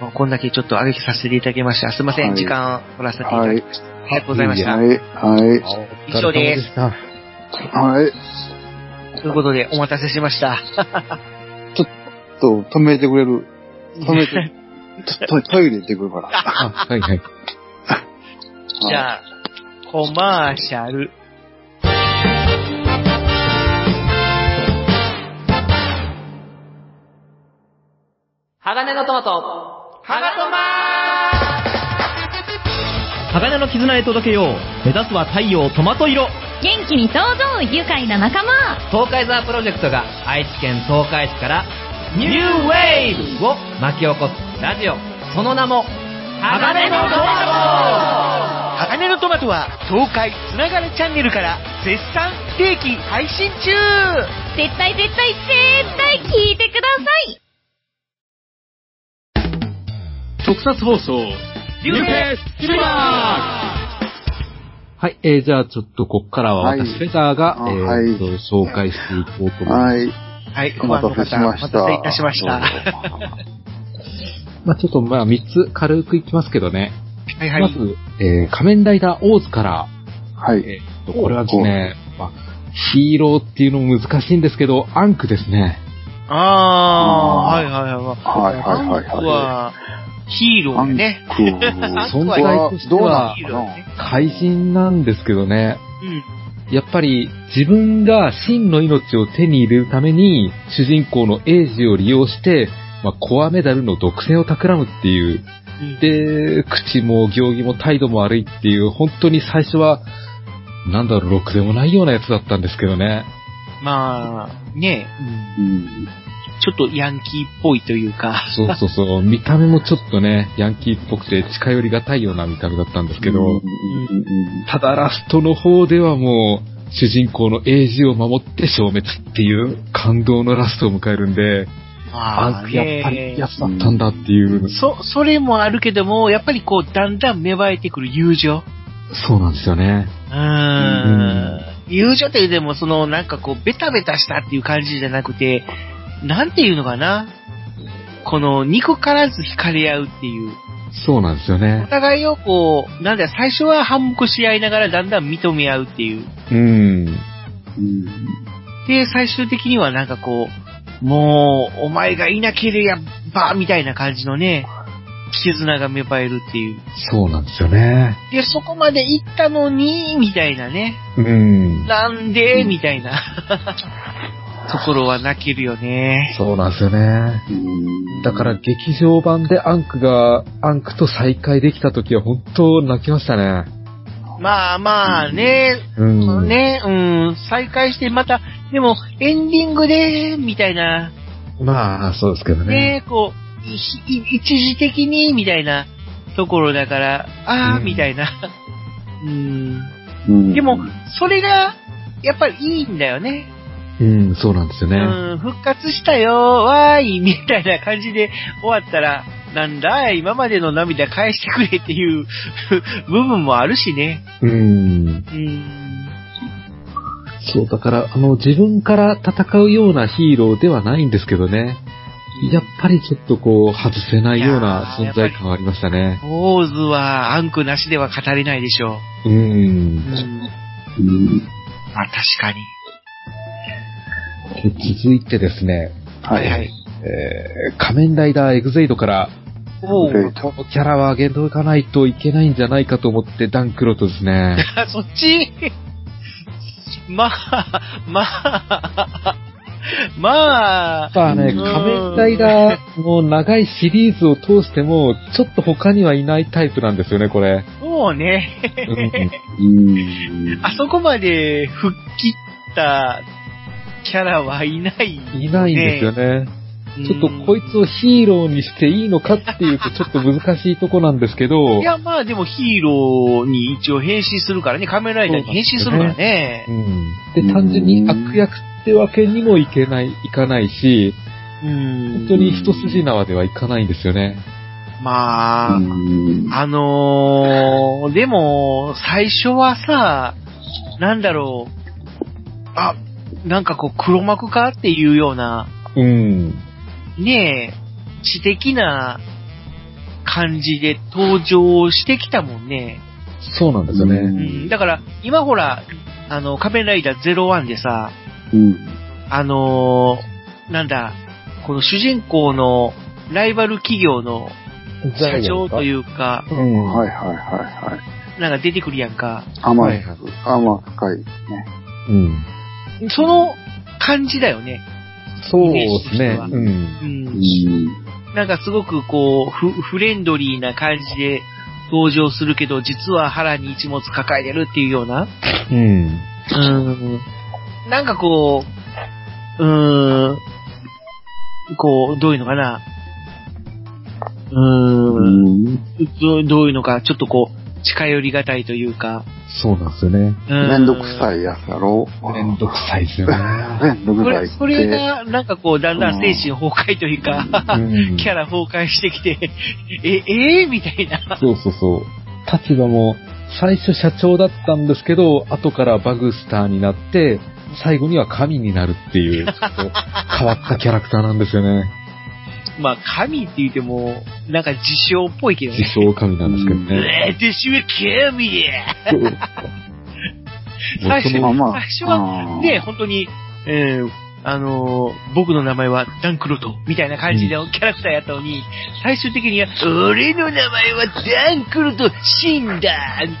まあこんだけちょっと挙げさせていただきました。すいません、はい時間取らせていただはいき、ありがとうございました。はい、はい、以上ですお疲れ様した。はい。ということで、お待たせしました。ちょっと止めてくれる。止めて。ちょっとトイレ行ってくるから。あ、はいはい。じゃあ、コマーシャル。鋼のトマト。ハガト鋼の絆へ届けよう目指すは太陽トマト色元気に登場愉快な仲間東海ザープロジェクトが愛知県東海市からニューウェイブを巻き起こすラジオその名も鋼のトマ鋼のトマトは、東海つながるチャンネルから、絶賛不定期配信中絶対絶対絶対聞いてください特撮放送ト竜兵シルバはい、えー、じゃあちょっとこっからははい私、フェザーが、あえーはいと紹介していこうと思います。はい。はい、お待たせしましたお待たせいたしました。はまあちょっとまあ3つ軽くいきますけどね。いはまい。ず、えー、仮面ライダーオーズから、はい。えーと、これはですね、まあ、ヒーローっていうのも難しいんですけど、アンクですね。あー、はいはいはい。はい、はい、はい。僕は、ヒーローね。アンクは存在としてどうはなヒーのローね。怪人なんですけどね、うん。やっぱり自分が真の命を手に入れるために、主人公のエイジを利用して、まあ、コアメダルの独占を企むっていう、うんで、口も行儀も態度も悪いっていう、本当に最初は、なんだろう、ろくでもないようなやつだったんですけどね。まあ、ね、うんちょっとヤンキーっぽいというか、そうそうそう、見た目もちょっとね、ヤンキーっぽくて近寄りがたいような見た目だったんですけど、うんうんただラストの方ではもう、主人公のエイジを守って消滅っていう感動のラストを迎えるんで、まアあンクやっぱりねやつだったんだっていう、そ、それもあるけども、やっぱりこう、だんだん芽生えてくる友情。そうなんですよね。うーん。友情というでも、その、なんかこう、ベタベタしたっていう感じじゃなくて、なんていうのかな。この、憎からず惹かれ合うっていう。そうなんですよおね。互いをこう、なんだよ、最初は反目し合いながらだんだん認め合うっていう。うん。うんで、最終的にはなんかこう、もう、お前がいなければ、みたいな感じのね、絆が芽生えるっていう。そうなんですよね。で、そこまで行ったのに、みたいなね。うん。なんで、みたいな。 ところは泣けるよね。そうなんですよね。うんだから劇場版でアンクが、アンクと再会できた時は本当泣きましたね。まあまあね、うそのん。ね、うん、再開してまた、でもエンディングで、みたいな、まあ、そうですけどね。ね、こう、いい一時的に、みたいなところだから、ああ、うんみたいな。 うん。うんでも、それが、やっぱりいいんだよね。うん、そうなんですよね。うん、復活したよわーい、みたいな感じで終わったら、なんだい、今までの涙返してくれっていう 部分もあるしね。うん。うん。そう、だから、あの、自分から戦うようなヒーローではないんですけどね。やっぱりちょっとこう、外せないようないやー存在感がありましたね。ポーズは、アンクなしでは語れないでしょう。う。うんん。うんまあ、確かに。で続いてですね、はいはい。えー、仮面ライダーエグゼイドから、おえうー。とキャラは上げとかないといけないんじゃないかと思って、ダンクロとですね。あ、そっち まあ、まあ、まあやっ、ぱね、うん仮面ライダーの長いシリーズを通しても、ちょっと他にはいないタイプなんですよね、これ。そうね。うんうんあそこまで吹っ切ったキャラはいない。いないんですよね。ちょっとこいつをヒーローにしていいのかっていうと、ちょっと難しいとこなんですけど、いや、まあでもヒーローに一応変身するからね、仮面ライダーに変身するからねう。ん、で、単純に悪役ってわけにもいけない、いかないし、うん本当に一筋縄ではいかないんですよね。まあ、うんあのー、でも、最初はさ、なんだろう、あ、なんかこう黒幕かっていうような、うん。ねえ、知的な感じで登場してきたもんね。そうなんですよううね。ん、だから、今ほら、あの、仮面ライダー01でさ、うんあのー、なんだ、この主人公のライバル企業の社長というか、うん。はいはいはいはい。なんか出てくるやんか。甘はいいはい、甘深いね。うん。その感じだよね。そうイメですね。ージとしてはうん。うん。うんなんかすごくこう、フフレンドリーな感じで登場するけど、実は腹に一物抱えてるっていうような。うん。うん。なんかこう、うーん、こう、どういうのかな。うーん、どどういうのか、ちょっとこう、近寄りがたいというか。そうなんですよね。うんめんどくさいやつやろ。めんどくさいですよね。めんどこくさいれ、って。これが、なんかこう、だんだん精神崩壊というか、う んキャラ崩壊してきて、 え、えー、みたいな。そうそうそう。立場も、最初社長だったんですけど、後からバグスターになって、最後には神になるっていう、ちょっと変わったキャラクターなんですよね。まあ、神って言っても、なんか自称っぽいけど自 ね。称神なんですけどね。えー、私は神やそう最初僕まあもまあ。最初はあーね、本当に、えー、あのー僕の名前はダンクロトみたいな感じでキャラクターやったのに、最終的には、俺の名前はダンクロト死んだ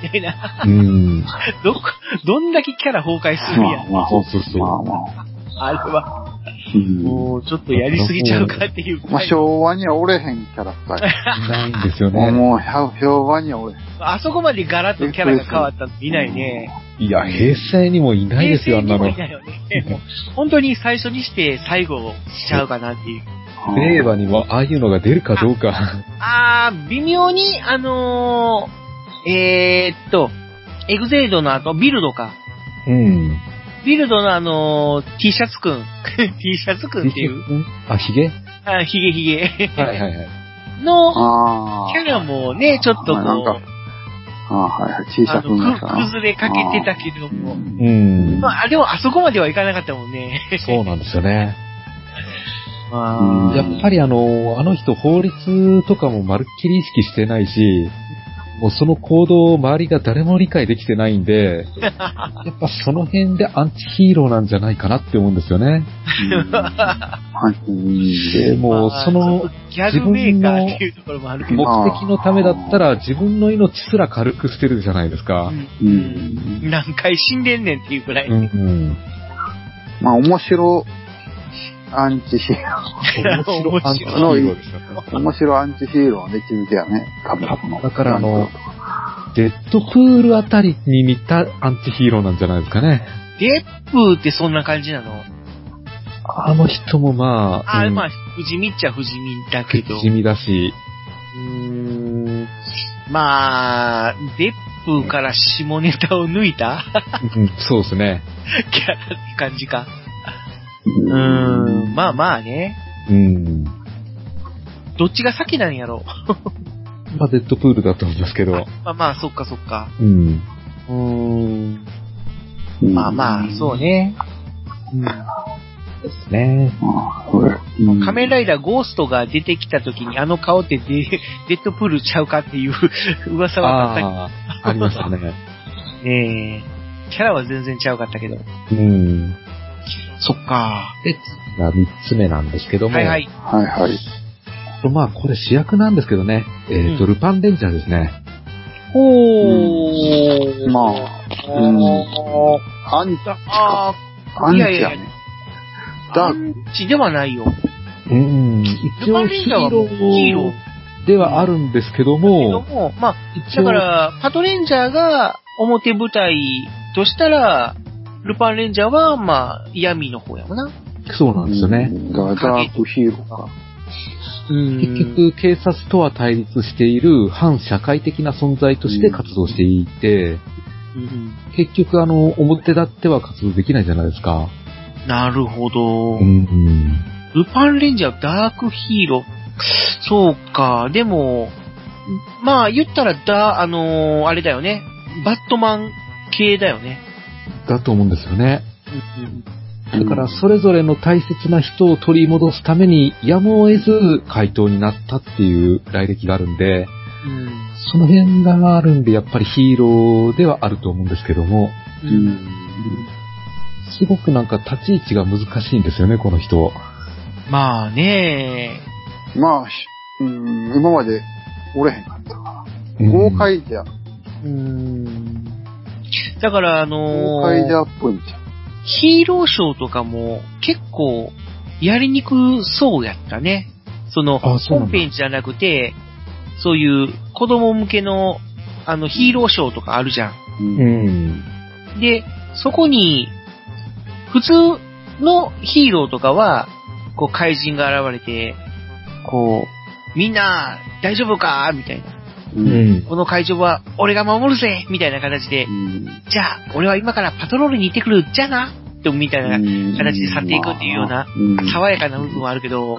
みたいな。 うん。どこ、どんだけキャラ崩壊するやん。まあまあ、そうそうそうまあまあ。あれは、うんもうちょっとやりすぎちゃうかっていう。まあ、昭和にはおれへんキャラクターや。いないんです よもう、ね。もう昭和にはおれへん。あそこまでガラッとキャラが変わったの見ないね。いや、平成にもいないですよ、あんなの。平成にもいないよね。 もう本当に最初にして最後しちゃうかなっていう。令和にもああいうのが出るかどうか。あー、微妙に、あのー、えー、っと、エグゼイドの後、ビルドか。うん。ビルドのあのー、T シャツくん。T シャツくんって いう、あ、ヒゲあヒゲヒゲはいはいはい。のああ。キャラもね、ちょっとこう、なんかああ、はいはい。小あさくなったの、な。崩れかけてたけどうも。うんん。まあ、でもあそこまではいかなかったもんね。そうなんですよね。まうんやっぱりあの、あの人法律とかもまるっきり意識してないし、もうその行動を周りが誰も理解できてないん で、やっぱその辺でアンチヒーローなんじゃないかなって思うんですよね。はい。で、あ、もうまあそのちょっとギャグメーカーっていうところもあるけど。目的のためだったら自分の命すら軽く捨てるじゃないですか。ううんん。何回死んでんねんっていうくらい。うん、うん。まあ、面白アンチヒー面白アンチヒーローですよ。ロー。面白アンチヒーローの位置づけやね。多分この。だからあの、デッドプールあたりに似たアンチヒーローなんじゃないですかね。デップってそんな感じなのあの人もまあ、あ、うんまあ、不死身っちゃ不死身だけど。地味だし、うーんまあ、デップから下ネタを抜いた うんそうですね。キャラって感じか。うーん、まあまあね。うん。どっちが先なんやろ。まあ、デッドプールだと思いますけど。まあまあ、そっかそっか。うん。うーん。うんまあまあ、そうね。うんですね。あそうだうん仮面ライダーゴーストが出てきた時にあの顔ってデデッドプールちゃうかっていう 噂はあっああ、ありましたね。たけどね。キャラは全然ちゃうかったけど。うん。そっか。が三つ目なんですけども。はいはい。はいはい。まあ、これ主役なんですけどね。えっ、と、うルパンレンジャーですね。おー。まあ、うん。おーアンチ、あアンいチやいややいやね。あ、アダークンチではないよ。うん。一ルパ応ンレンジャーはもうヒーローではあるんですけどけども、も、まあ、一だ応、から、パトレンジャーが表舞台としたら、ルパンレンジャーは、まあ、闇の方やもんな。そうなんですよね。うんだからダークヒーローか。うん結局、警察とは対立している反社会的な存在として活動していて、うん結局、あの、表立っては活動できないじゃないですか。なるほど。ん。ルパンレンジャー、ダークヒーロー。そうか、でも、まあ、言ったら、だ、あのーあれだよね。バットマン系だよね。だと思うんですよね。うんうんだから、それぞれの大切な人を取り戻すために、やむを得ず回答になったっていう来歴があるんうで、んその辺があるんで、やっぱりヒーローではあると思うんですけども、ううんん。すごくなんか立ち位置が難しいんですよね、この人。まあねまあ、しうん、今までおれへんかったかな。豪快じゃ、うん。だから、あ豪の快じーゃっぽいんじゃん。ヒーローショーとかも結構やりにくそうやったね。その、あそうなん本だ編じゃなくて、そういう子供向けの、あの、ヒーローショーとかあるじゃうん。うん。ん。で、そこに、普通のヒーローとかは、こう、怪人が現れて、こう、みんな、大丈夫かみたいな。う。ん。この会場は俺が守るぜみたいな形で、じゃあ、俺は今からパトロールに行ってくる、じゃあなってみたいな形で去っていくっていうような、爽やかな部分はあるけど、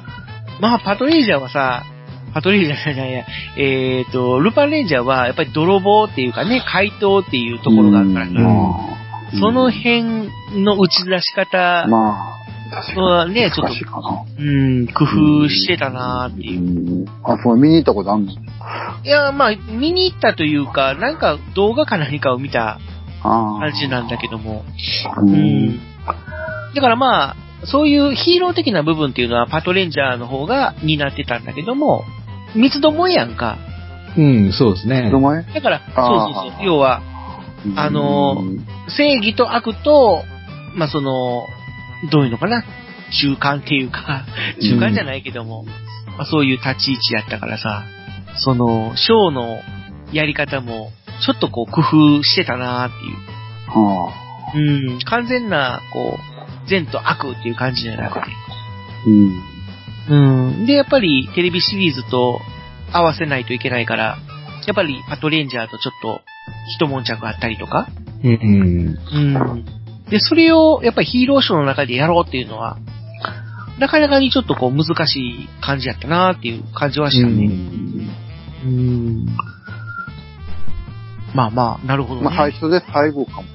まあ、パトレージャーはさ、パトレージャーじゃないや、えっ、と、ルパンレンジャーはやっぱり泥棒っていうかね、怪盗っていうところがあるから、うんその辺の打ち出し方、まあ、確まかあに。ねちょっと難しいかな。うん、工夫してたなーっていう。うんあ、そう、見に行ったことあんのいや、まあ、見に行ったというか、なんか動画か何かを見たああ。感じなんだけども、うう。んんだからまあ、そういうヒーロー的な部分っていうのはパトレンジャーの方が担ってたんだけども、三つどもえやんか。うん、そうですねど。前だから、あーそうそうそう。要は、あのー正義と悪と、まあその、どういうのかな中間っていうか、中間じゃないけども、まあそういう立ち位置やったからさ、その、ショーのやり方も、ちょっとこう工夫してたなーっていう。はあうん、完全な、こう、善と悪っていう感じじゃなくて。うん。うん。で、やっぱりテレビシリーズと合わせないといけないから、やっぱりパトレンジャーとちょっと一悶着あったりとか。うん。うん。で、それをやっぱりヒーローショーの中でやろうっていうのは、なかなかにちょっとこう難しい感じやったなっていう感じはしたね。うん。まあまあ、なるほどね。まあ、最初で最後かも。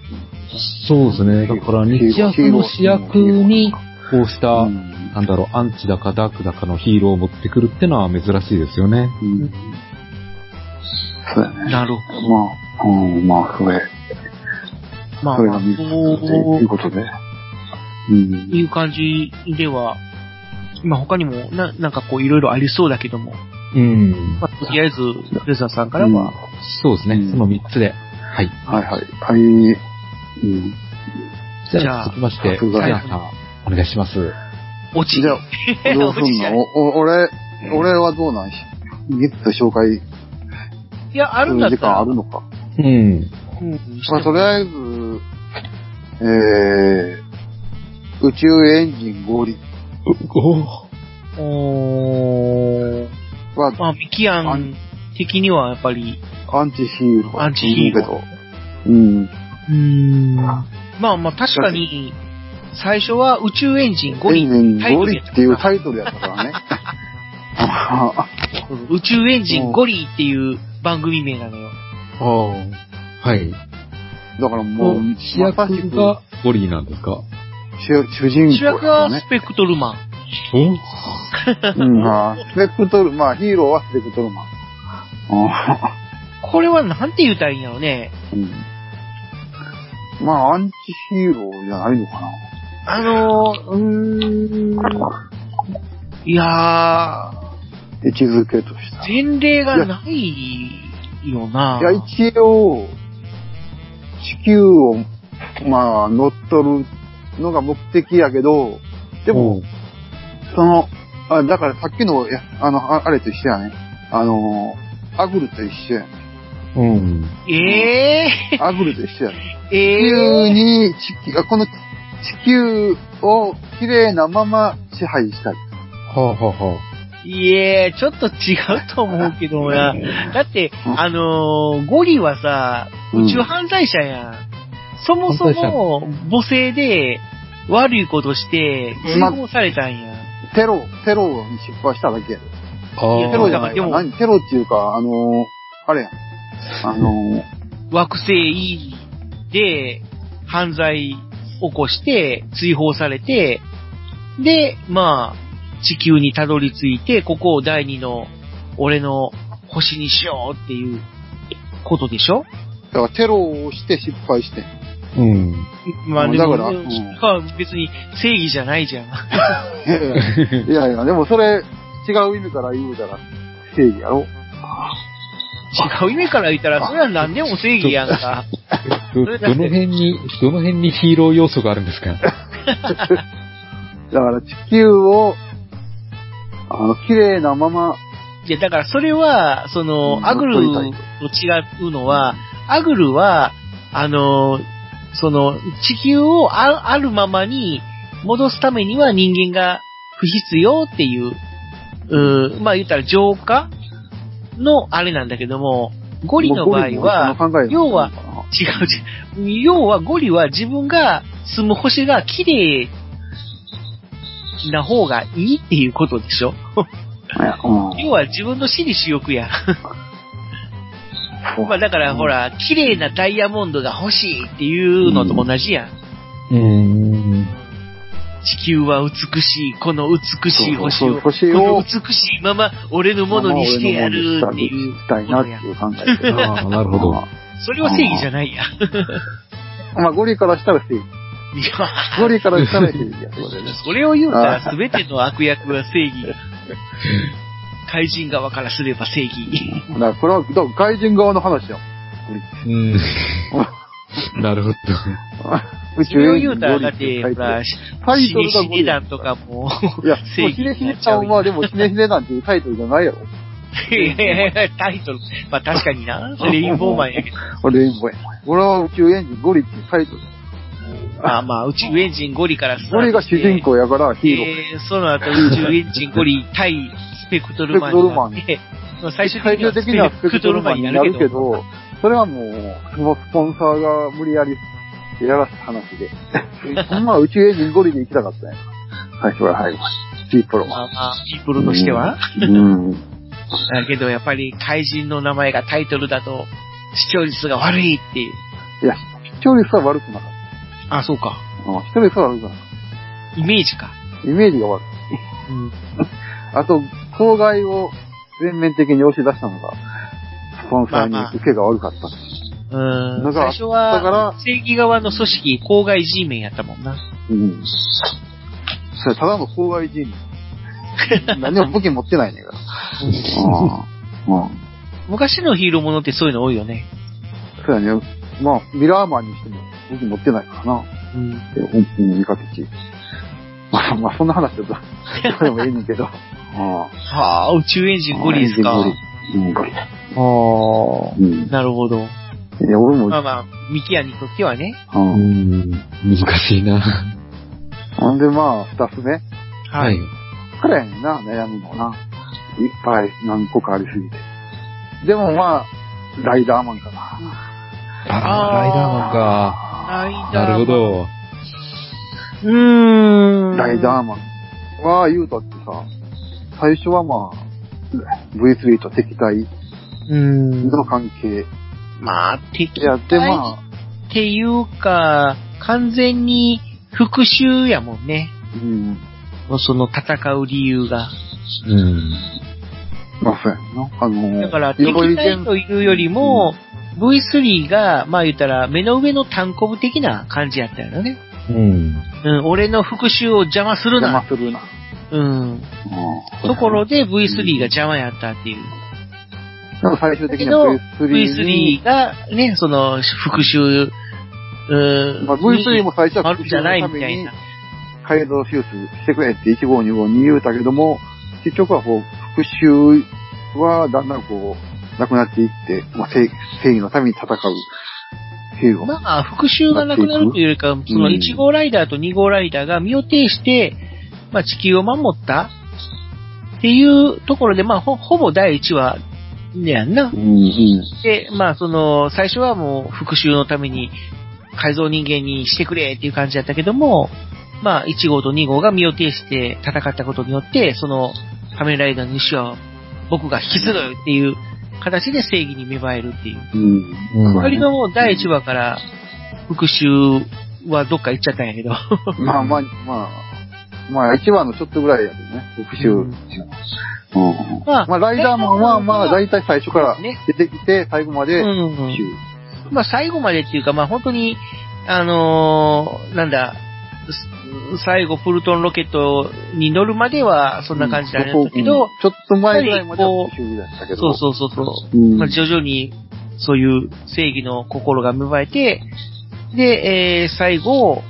そうですね。だから、日役の主役に、こうした、うんなんだろう、アンチだかダークだかのヒーローを持ってくるってのは珍しいですよね。うんそうやね。なるほど。まあ、うん、まあ、それ、まあそれまあ、が見そるといううことで。うん。いう感じでは、まあ他にもな、なんかこういろいろありそうだけども、うんま。あ、とりあえず、レザーさんからうんはは、そうですうね。んその3つで。はい。いはい。はい。うん。じじゃゃああ、続きまして、はいさやさん、お願いします。は落ち。じゃあどう す落ちんじゃのないおお俺、俺はどうなんしゲット紹介すいや、あるんだるった時間らあ。るのか。うん。うんまあ、とりあえず、えー、宇宙エンジン合理おーはまあ、ミキアン的にはやっぱり、アンチヒーロー。アンチヒーローー。うん。うーん。まあまあ、確かに、最初は宇宙エンジンゴエリンジンタイトゴルリやったってかいうらタイトルやったからね。 あ宇宙エンジンゴリっていう番組名なのよ。ああ。はい。だからもう、主役まさしくがゴリなんですか主主人主公や役からはねス。ペクトルマン。うんうん、あースペクトル、まあヒーローはスペクトルマン。あこれはなんて言うたらいいんやろね。ーうんまあ、アンチヒーローじゃないのかな。あのー、うーん。いや位置づけとした。ー、前例がないよないや、一応、地球を、まあ、乗っ取るのが目的やけど、でも、その、あだからさっきの、やあの、ああれと一緒やね。あの、アグルと一緒 やね。うん。えアグルと一緒やね。ー、地え球に、地球、あこの地球を綺麗なまま支配したい。はあはあはー、いえー、ちょっと違うと思うけどな。だって、あのー、ゴリはさ、宇宙犯罪者やん。そもそも母性で悪いことして追放されたんや。テロ、テロに失敗しただけやで。あ。あいやテでロもじだゃあ。ないでか。も何テロっていうか、あの、あれやん。あの、惑星 E で犯罪起こして追放されて、で、まあ、地球にたどり着いて、ここを第二の俺の星にしようっていうことでしょだからテロをして失 敗してん。うん。まあうんでも、だからううんん別に正義じゃないじゃん。いやいや、でもそれ、違う意味から言うたら、正義やろ違う意味から言ったら、それは何でも正義やんか。ど、それどだっての辺に、どの辺にヒーロー要素があるんですかだから地球を、あの、綺麗なまま、いや、だからそれは、そうんの、アグルと違うのは、アグルは、あの、その、地球をああるままに戻すためには人間が不必要っていう、うーまあ言ったら浄化のあれなんだけども、ゴリの場合は、もうゴリもその考え要は違う違う。要はゴリは自分が住む星が綺麗な方がいいっていうことでしょうん要は自分の死に主欲や。まあだからほ、ら、綺麗なダイヤモンドが欲しいっていうのと同じやん。うん。地球は美しい、この美しい星そうそうを、星をこの美しいまま俺のものにしてやるっていうし。たいなっていう考 えで。 ああ、なるほど。それは正義じゃない や。まあ、ゴリからしたら正義。いや、ゴリからしたら正義や、それで。それを言うたら全ての悪役は正義。怪人側からすれば正義。 だから、これは、だから外人側 の話や。うん。 なるほど。宇それを言うたら、だっゴリて、ほら、しタイトルがねしゴリね団とかも、い や、も正う義ひねひねちゃんは、でもひねひねなんていうタイトルじゃないやろ。いやいやいやタイトル、 まあ確かにな、レインボーマンや けど、俺、レインボーや。俺は宇宙エンジンゴリっていうタイトル。まあまあ、宇宙エンジンゴリからスタゴリーがトして主人公やからヒーロー。えー、その後宇宙エンジンゴリ対スペクトルマンになって、まあ最終最的に終は的にはスペクトルマンになるけど、ど、それはもう、そのスポンサーが無理やりやらせた話 で。ほんまは宇宙エンジンゴリで行きたかったね。最初から入りました。ピ ープロまは。あまあ、ピープルとしては、うん。だけどやっぱり怪人の名前がタイトルだと、視聴率が悪いっていう。いや、視聴率は悪くなかっあ、そうか。た。うん視聴率は悪くなかっイメージか。た。イメージが悪い。うん。あと、当該を全面的に押し出したのが、スポンサーに受けが悪かった。うん。だか最ら初だからは、正義側の組織、公害 G メンやったもんな。うん。それただの郊外 人。何も武器持ってないねんから。うん。うん。昔のヒーローものってそういうの多いよね。そうやね。まあ、ミラーマンにしても武器持ってないからな。うん。本当に見かけち。まあまあ、そんな話 だと、どれもいいねんけど。あはあ、宇宙エンジンゴリですか。あうん、ゴリ。あうんー。。なるほど。いや、俺も、まあまあ、ミキアにとってはね。う。うんん、難しいな。ほんでまあ、二つ目。はい。くらいやねんな、悩むのな。いっぱい何個かありすぎて。でもまあ、ライダーマンかな。あライダーマンか。ライダーなるほ。ど。うーん。ライダーマンは、言うとってさ、最初はまあ、V3 と敵対うーん。の関係まあ、敵やって、対まあ、っていうか、完全に復讐やもんね。うん。その戦う理由が。うん。まあ、そうやんな。あの、だから、敵横井対健というよりも、V3 が、まあ言ったら、目の上の単行部的な感じやったよね。うん。うん、俺の復讐を邪魔する邪魔な。するな。うん。うんところで V3 が邪魔やったっていう。でも最終的にだはけ V3 に V3、が、ね、その、復讐、うん。まあ、V3 も最初あはるじゃないみたいにな。改造手術してくれって1号2号に言うたけども、結局はこう、復讐はだんだんこう、なくなっていって、まあ、正正義のために戦うヒーロー。まあ、復讐がなくなるというよりか、その1号ライダーと2号ライダーが身を挺して、まあ、地球を守ったっていうところで、まあ、ほほぼ第1話、ねやんなう。ん、うん。で、まあ、その、最初はもう復讐のために改造人間にしてくれっていう感じだったけども、まあ、1号と2号が身を挺して戦ったことによって、その、仮面ライダーの意思を僕が引き継ぐっていう形で正義に芽生えるっていう。うん。うん割ともう第1話から復讐はどっか行っちゃったんやけど。 まあまあ、まあ、まあ、一番のちょっとぐらいやけどね、復讐。うんうん。ままあ、ライダーマンは、まあ、だいたい最初からね。出てきて、最後まうで復ん。讐。まあ、最後までっていうか、まあ、本当に、あのーなんだ、す最後、プルトンロケットに乗るまでは、そんな感じだったけうんど、ちょっと前ぐらいまでは復讐だったけそど。うそうそうそうう、んまあ、徐々に、そういう正義の心が芽生えて、で、えー最後、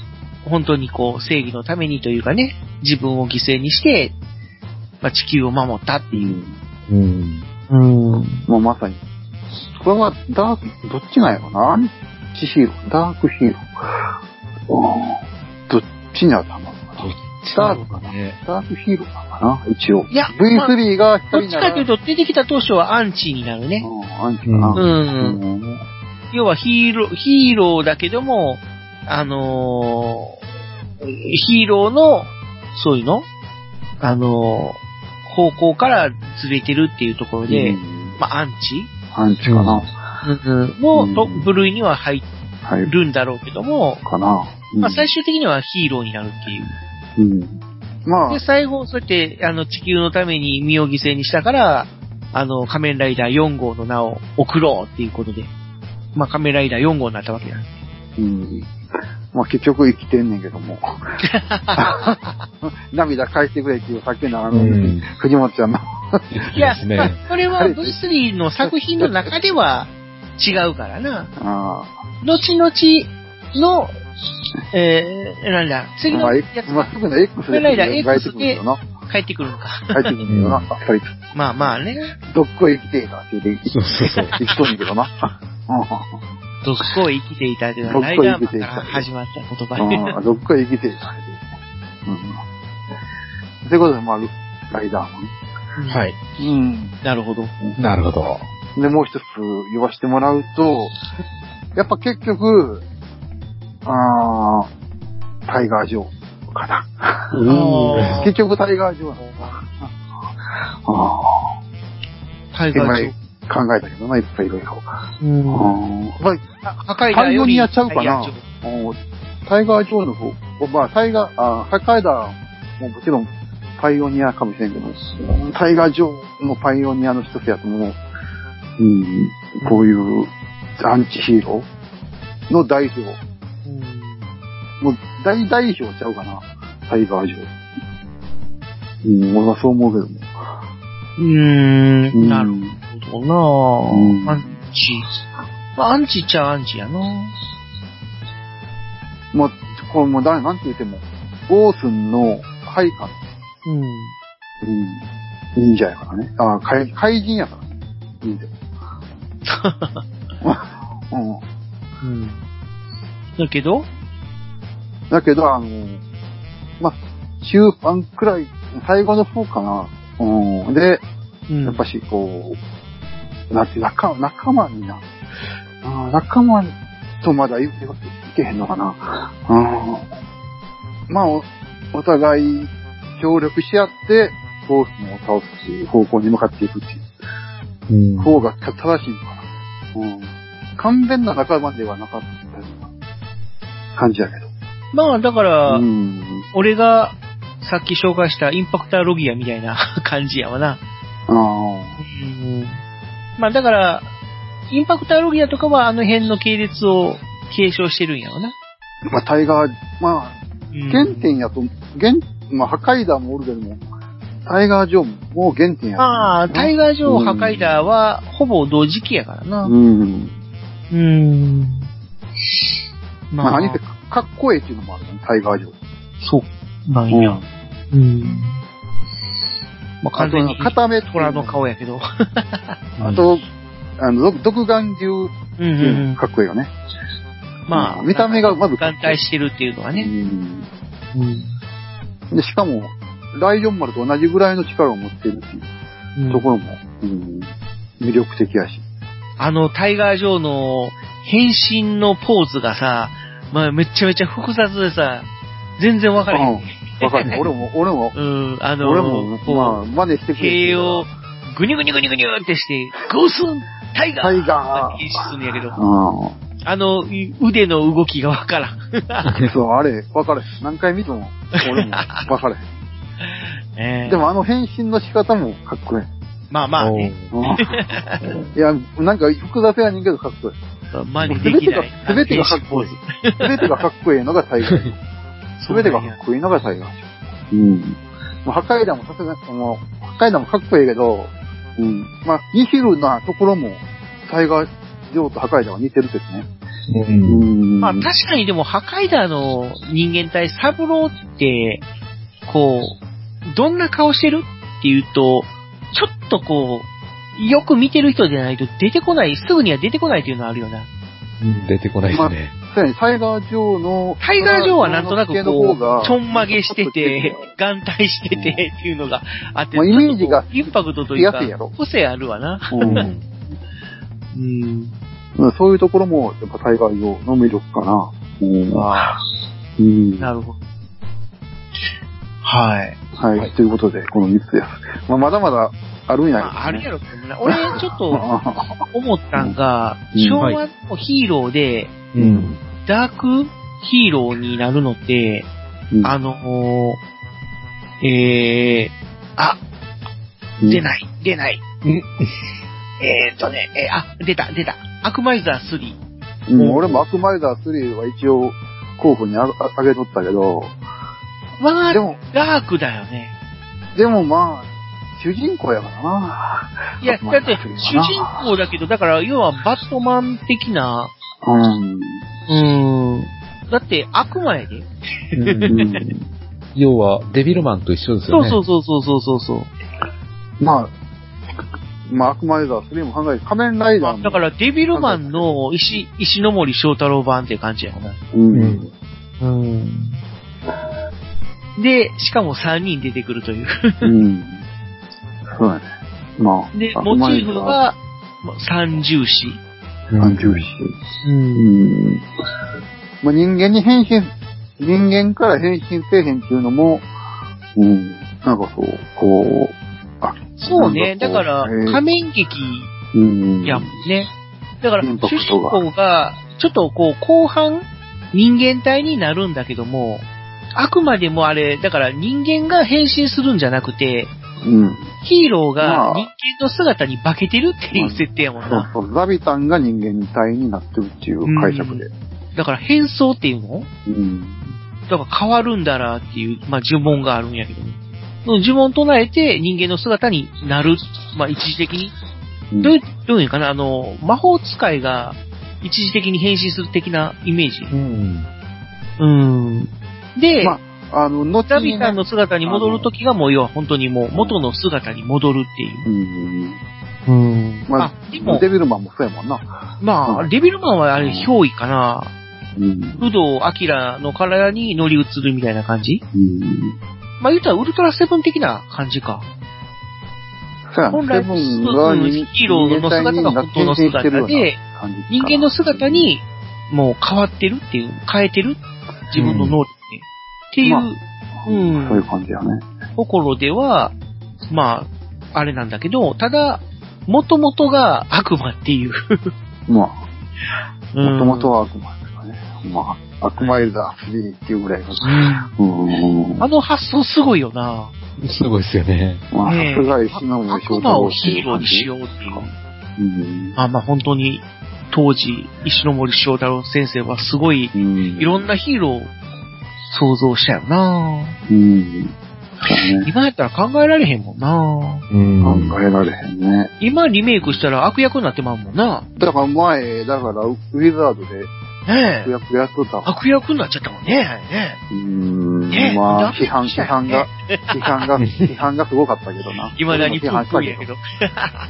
本当にこう、正義のためにというかね、自分を犠牲にして、まあ、地球を守ったっていう。うん。うん。まあ、まさに。これは、ダーク、どっちなんやろな地ヒーロー、ダークヒーロー。うんどっちに当たるのかなダークかなね。ダークヒーローなのかな一応。いや V3 がどっ光ちなからというと、出てきた当初はアンチになるね。うん、アンチかな。うんうん要はヒーロー、ヒーローだけども、あのーヒーローの、そういうのあのー方向からずれてるっていうところで、うんまあ、アンチ、アンチかな。の、うんと部類には入入るるんだろうけども、かな。うんまあ、最終的にはヒーローになるっていう。うん。まあで、、最後、そうやって、あの、地球のために身を犠牲にしたから、あの、仮面ライダー4号の名を送ろうっていうことで、まあ、仮面ライダー4号になったわけなんです。うん。まあ結局生きてんねん けども。涙返してくれっていうさっきのあうの、ん。藤本ちゃんの。いや、ねま あ、それは V3 の作品の中では違うからな。あ後々の、えー、なんだ、あ。次のまあ、やえつまっがすぐの X で仮面ライダー帰って X くるんだよな。帰ってくるのか。帰ってくるんだよな。やっぱり、まあまあね、どっこい生きてえなって言って、そうそうそう。生きとんねんけどな。どっこい生きていたというのは、ライダーマンから始まった言うんうん葉。うんどっこい生きてえなって。うん。ということで、まあ、ライダーマン。はい。うん。なるほど。なるほど。で、もう一つ言わせてもらうと、やっぱ結局、あータイガー・ジョーかな。あー結局 タイガー・ジョーのあタイー、ガ今ージ考えたけどな、いっぱいいろいろ。ョーうん。うんま高いパイオニアちゃうかなあもうタイガー・ジョーの方、まあ、タイガー、あー高枝ももちろんパイオニアかもしれんけど、タイガー・ジョーもパイオニアの一つやと思う。うん、こういうアンチヒーローの代表。もう大代表ちゃうかな、タイガー・ジョー。うん、俺はそう思うけども。うーん、なるほほど。どうんなアンチ。まあ、アンチっちゃアンチやなまあ、これもう誰、なんて言っても、オースンの配下。うん。うん。忍者やからね。あ、怪怪人やからね。忍者。 うん。うん。だけど、だけど、あの、まあ、中盤くらい、最後の方かな。うん。で、うん。やっぱし、こう、なんて、仲、仲間にな。あー仲間とまだいいけへんのかな。うん。まあ、お、お互い協力し合って、ボスも倒すっていう方向に向かっていくっていう方が正しいのかな。うん。完全な仲間ではなかったような感じやけど。まあ、だから、うん。俺がさっき紹介したインパクターロギアみたいな 感じやわな。あうん。まあ、だから、インパクターロギアとかはあの辺の系列を継承してるんやろな。あ。まあ、タイガー、まあ、うん原点やと、原、まあ、破壊団もおるけども、タイガー・ジョンも原点やとまあ、タイガー・ジョー・ハカイダーは、ほぼ同時期やからな。うん。ままあ、あ、何せかっこええっていうのもあるね、タイガー・ジョン。そう。なんや。うん。まあ、完全に、あと片目虎の顔やけど。あと、あの、毒毒眼流うんっていうのもかっこいいよね。まあ、見た目がまず眼帯してるっていうのはうね。んうん。で、しかも、ライオン丸と同じぐらいの力を持ってるっていうところも、うん魅力的やし。あの、タイガー・ジョーの変身のポーズがさ、まあ、めちゃめちゃ複雑でさ、全然わかうらへん。ん。わかる。俺も、俺も、うん、あの、俺も、こうまあ、真似してくれて毛るをぐにゅぐにゅぐにゅぐにゅってして、ゴースンタイガータイガーって演出するんやけど、うん。あの、い腕の動きがわからん。そう、あれ、わかる。何回見ても、俺も、わかる。 ねえで、もあの変身の仕方もかっこいい。 まあまあね、 うんいや、なんか複雑やねんけどかっこいい。真似できない。全てが全てがかっこいいすべてがかっこいいのがタイガー。すべてがかっこいいのがタイガー。うん。もう破壊弾もさすがに、もう、破壊弾もかっこいいけど、うん。まあ、ニヒルなところも、タイガー上と破壊弾は似てるけどね。うん。んまあ確かにでも、破壊だの人間体、サブローって、こう、どんな顔してるっていうと、ちょっとこう、よく見てる人でないと出てこない、すぐには出てこないっていうのはあるよな。出てこないですね。そうやね、タイガー上の、タイガー・ジョーはなんとなくタイガー上この方がう、ちょんまげしてて、眼帯しててっていうのがあって、まあイメージがインパクトというかつきやすいやろ、個性あるわな。うんうん。うんそういうところも、やっぱタイガー用の魅力かな。うんあうんあ、なるほど。はい。はい、ということで、この3つです。まあ、まだまだあるんやまあ、あるやろろ。けどな。俺、ちょっ と思ったんが、うん昭和のヒーローで、うん。ダークヒーローになるのって、うんあのー、えー、あ、出ない、出ない。 えーっとね、えーあ、出た、出た。アクマイザー3。うんうん俺もアクマイザー3は一応候補にああげとったけど、わでー、も、ダークだよね。でもまあ、主人公やからな。いや、アクだマイっザーて、主人公だけど、だから、要はバットマン的な、うん。うーん、だって悪魔やで。うん、要は、デビルマンと一緒ですそようね。そうそうそうそうそう。まあ、まあ、アクマイザー3も考えて、仮面ライダーも。だから、デビルマンの石、石ノ森章太郎版って感じやもんな。うん。うん。で、しかも3人出てくるという。うん。そうだね。まあ、で、アモクマチイーザフがま三重視。三重視。うん。まあ、人間に変身、人間から変身せえへんっていうのも、うん、なんかそう、こう、あ、そうね。だから、仮仮面劇面やもんね。だから、イ主ンパク人トが公が、ちょっとこう、後半、人間体になるんだけども、あくまでもあれ、だから人間が変身するんじゃなくて、うん。ヒーローまがあ人間の姿に化けてるっていう設定やもんそな。うそう、ザビタンが人間体になってるっていう解釈で。だから変装っていうのうん。だから変わるんだらっていう、まあ、呪文があるんやけどね。その呪文唱えて人間の姿になる。まあ、一時的に。うんどういう、どういうんかなあの、魔法使いが一時的に変身する的なイメージ。うん。うん。で、まああの、後ダに、ビさんの姿に戻るときがもう要は本当にもう元の姿に戻るっていう。うん。うん。まああ、、でもデ、ビルマンもそうやもんな。まあ、レビルマンはあれ、憑依かな。うん。不動明の体に乗り移るみたいな感じうん。まあ言うたらウルトラセブン的な感じか。そうやな本来セブンがスーツ人ヒーローの姿が本当の人間体に変身してる姿ようで、な感じか人間の姿、にもう変わってるっていう、変えてる自分の能力で。っていう、まあうんそういう感じやね。心では、まあ、あれなんだけど、ただ、元々が悪魔っていう。まあ、もともとは。は悪魔ですかね。まあ、悪魔エルダー3っていうぐらいの。うんうん。まあの発想すごいよな。すごいですよね。あ、ねえさすが石の森章悪太魔郎をっていヒうーロー感にじ。しようっていう。うん。まあまあ本当に、当時、石ノ森章太郎先生はすごい、うん。いろんなヒーローを想像したよな。うん。そうね。今やったら考えられへんもんな。うん。考えられへんね。今リメイクしたら悪役になってまうもんな。だから前、だからウィザードでねえ。役やっとったわ。悪役になっちゃったもんね。ねえうーんね。まダあ、メ批判、でした批よ判ねが、批判が、批判がすごかったけどな。今だにプ俺も批ー判しプたーやけけど。ど。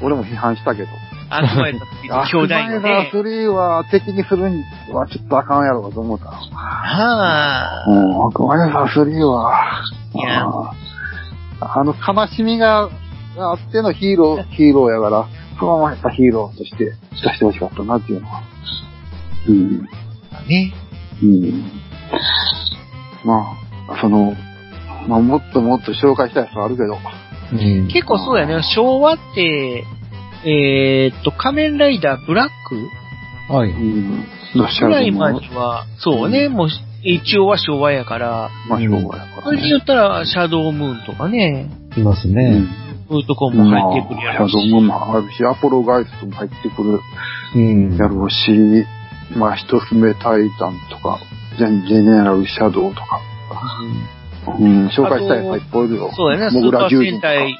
俺も批判したけど。あの前の兄弟のねア。クマエラー3は敵にするにはちょっとあかんやろうかと思ったな。ああ。うん、アクマエラー3は、いやあーあの、悲しみがあってのヒーロー、ヒーローやから、そのままやっぱヒーローとして、出してほしかったなっていうのは。うん。ね。うん。まあ、その、まあ、もっともっと紹介したいやつはあるけど。。うん。結構そうやね。昭和って、えーっと、仮面ライダーブラックはいうん。ロシぐアらい人まもで、は、そうね、もう一応は昭和やから、まあ、評価やかそら、れでね。言ったら、シャドームーンとかね、いますうねん。そういうとこもまあ、入シってくるやャドろうし。ウムもあるし、アポロガイストも入ってくるうん。やろうし、まあ、一つ目タイタンとか、ジェンジェネラルシャドウとか、うん、紹介したいやつはいっぱいいるよ。そうやねモグラスーパー獣戦人とか隊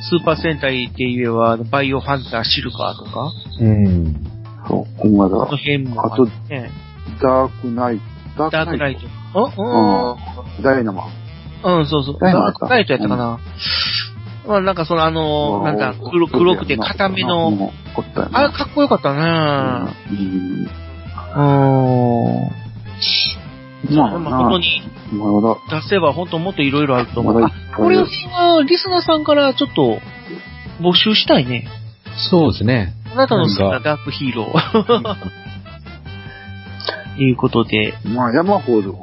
スーパー戦隊って言えば、バイオハンター、シルカーとか、うん。そう、ほんまこのだ。辺もあとね、ダークナイト。ダークナイト。うんト。ダイナマン。うん、うん、そうそう。ダイナマンダークナイトやったかな。まあなんかそのあの、なんだ、黒黒くて固めの、うん、凝ったよあれなかっこよかったね。うんうん。まあ、ままああ、本当にまだ、出せば本当もっといろいろあると思まう。だいあっぱいあ、るこれはリスナーさんからちょっと募集したいね。そうですね。あなたの好きななんダークヒーロー。 ということで、まあ、山ほど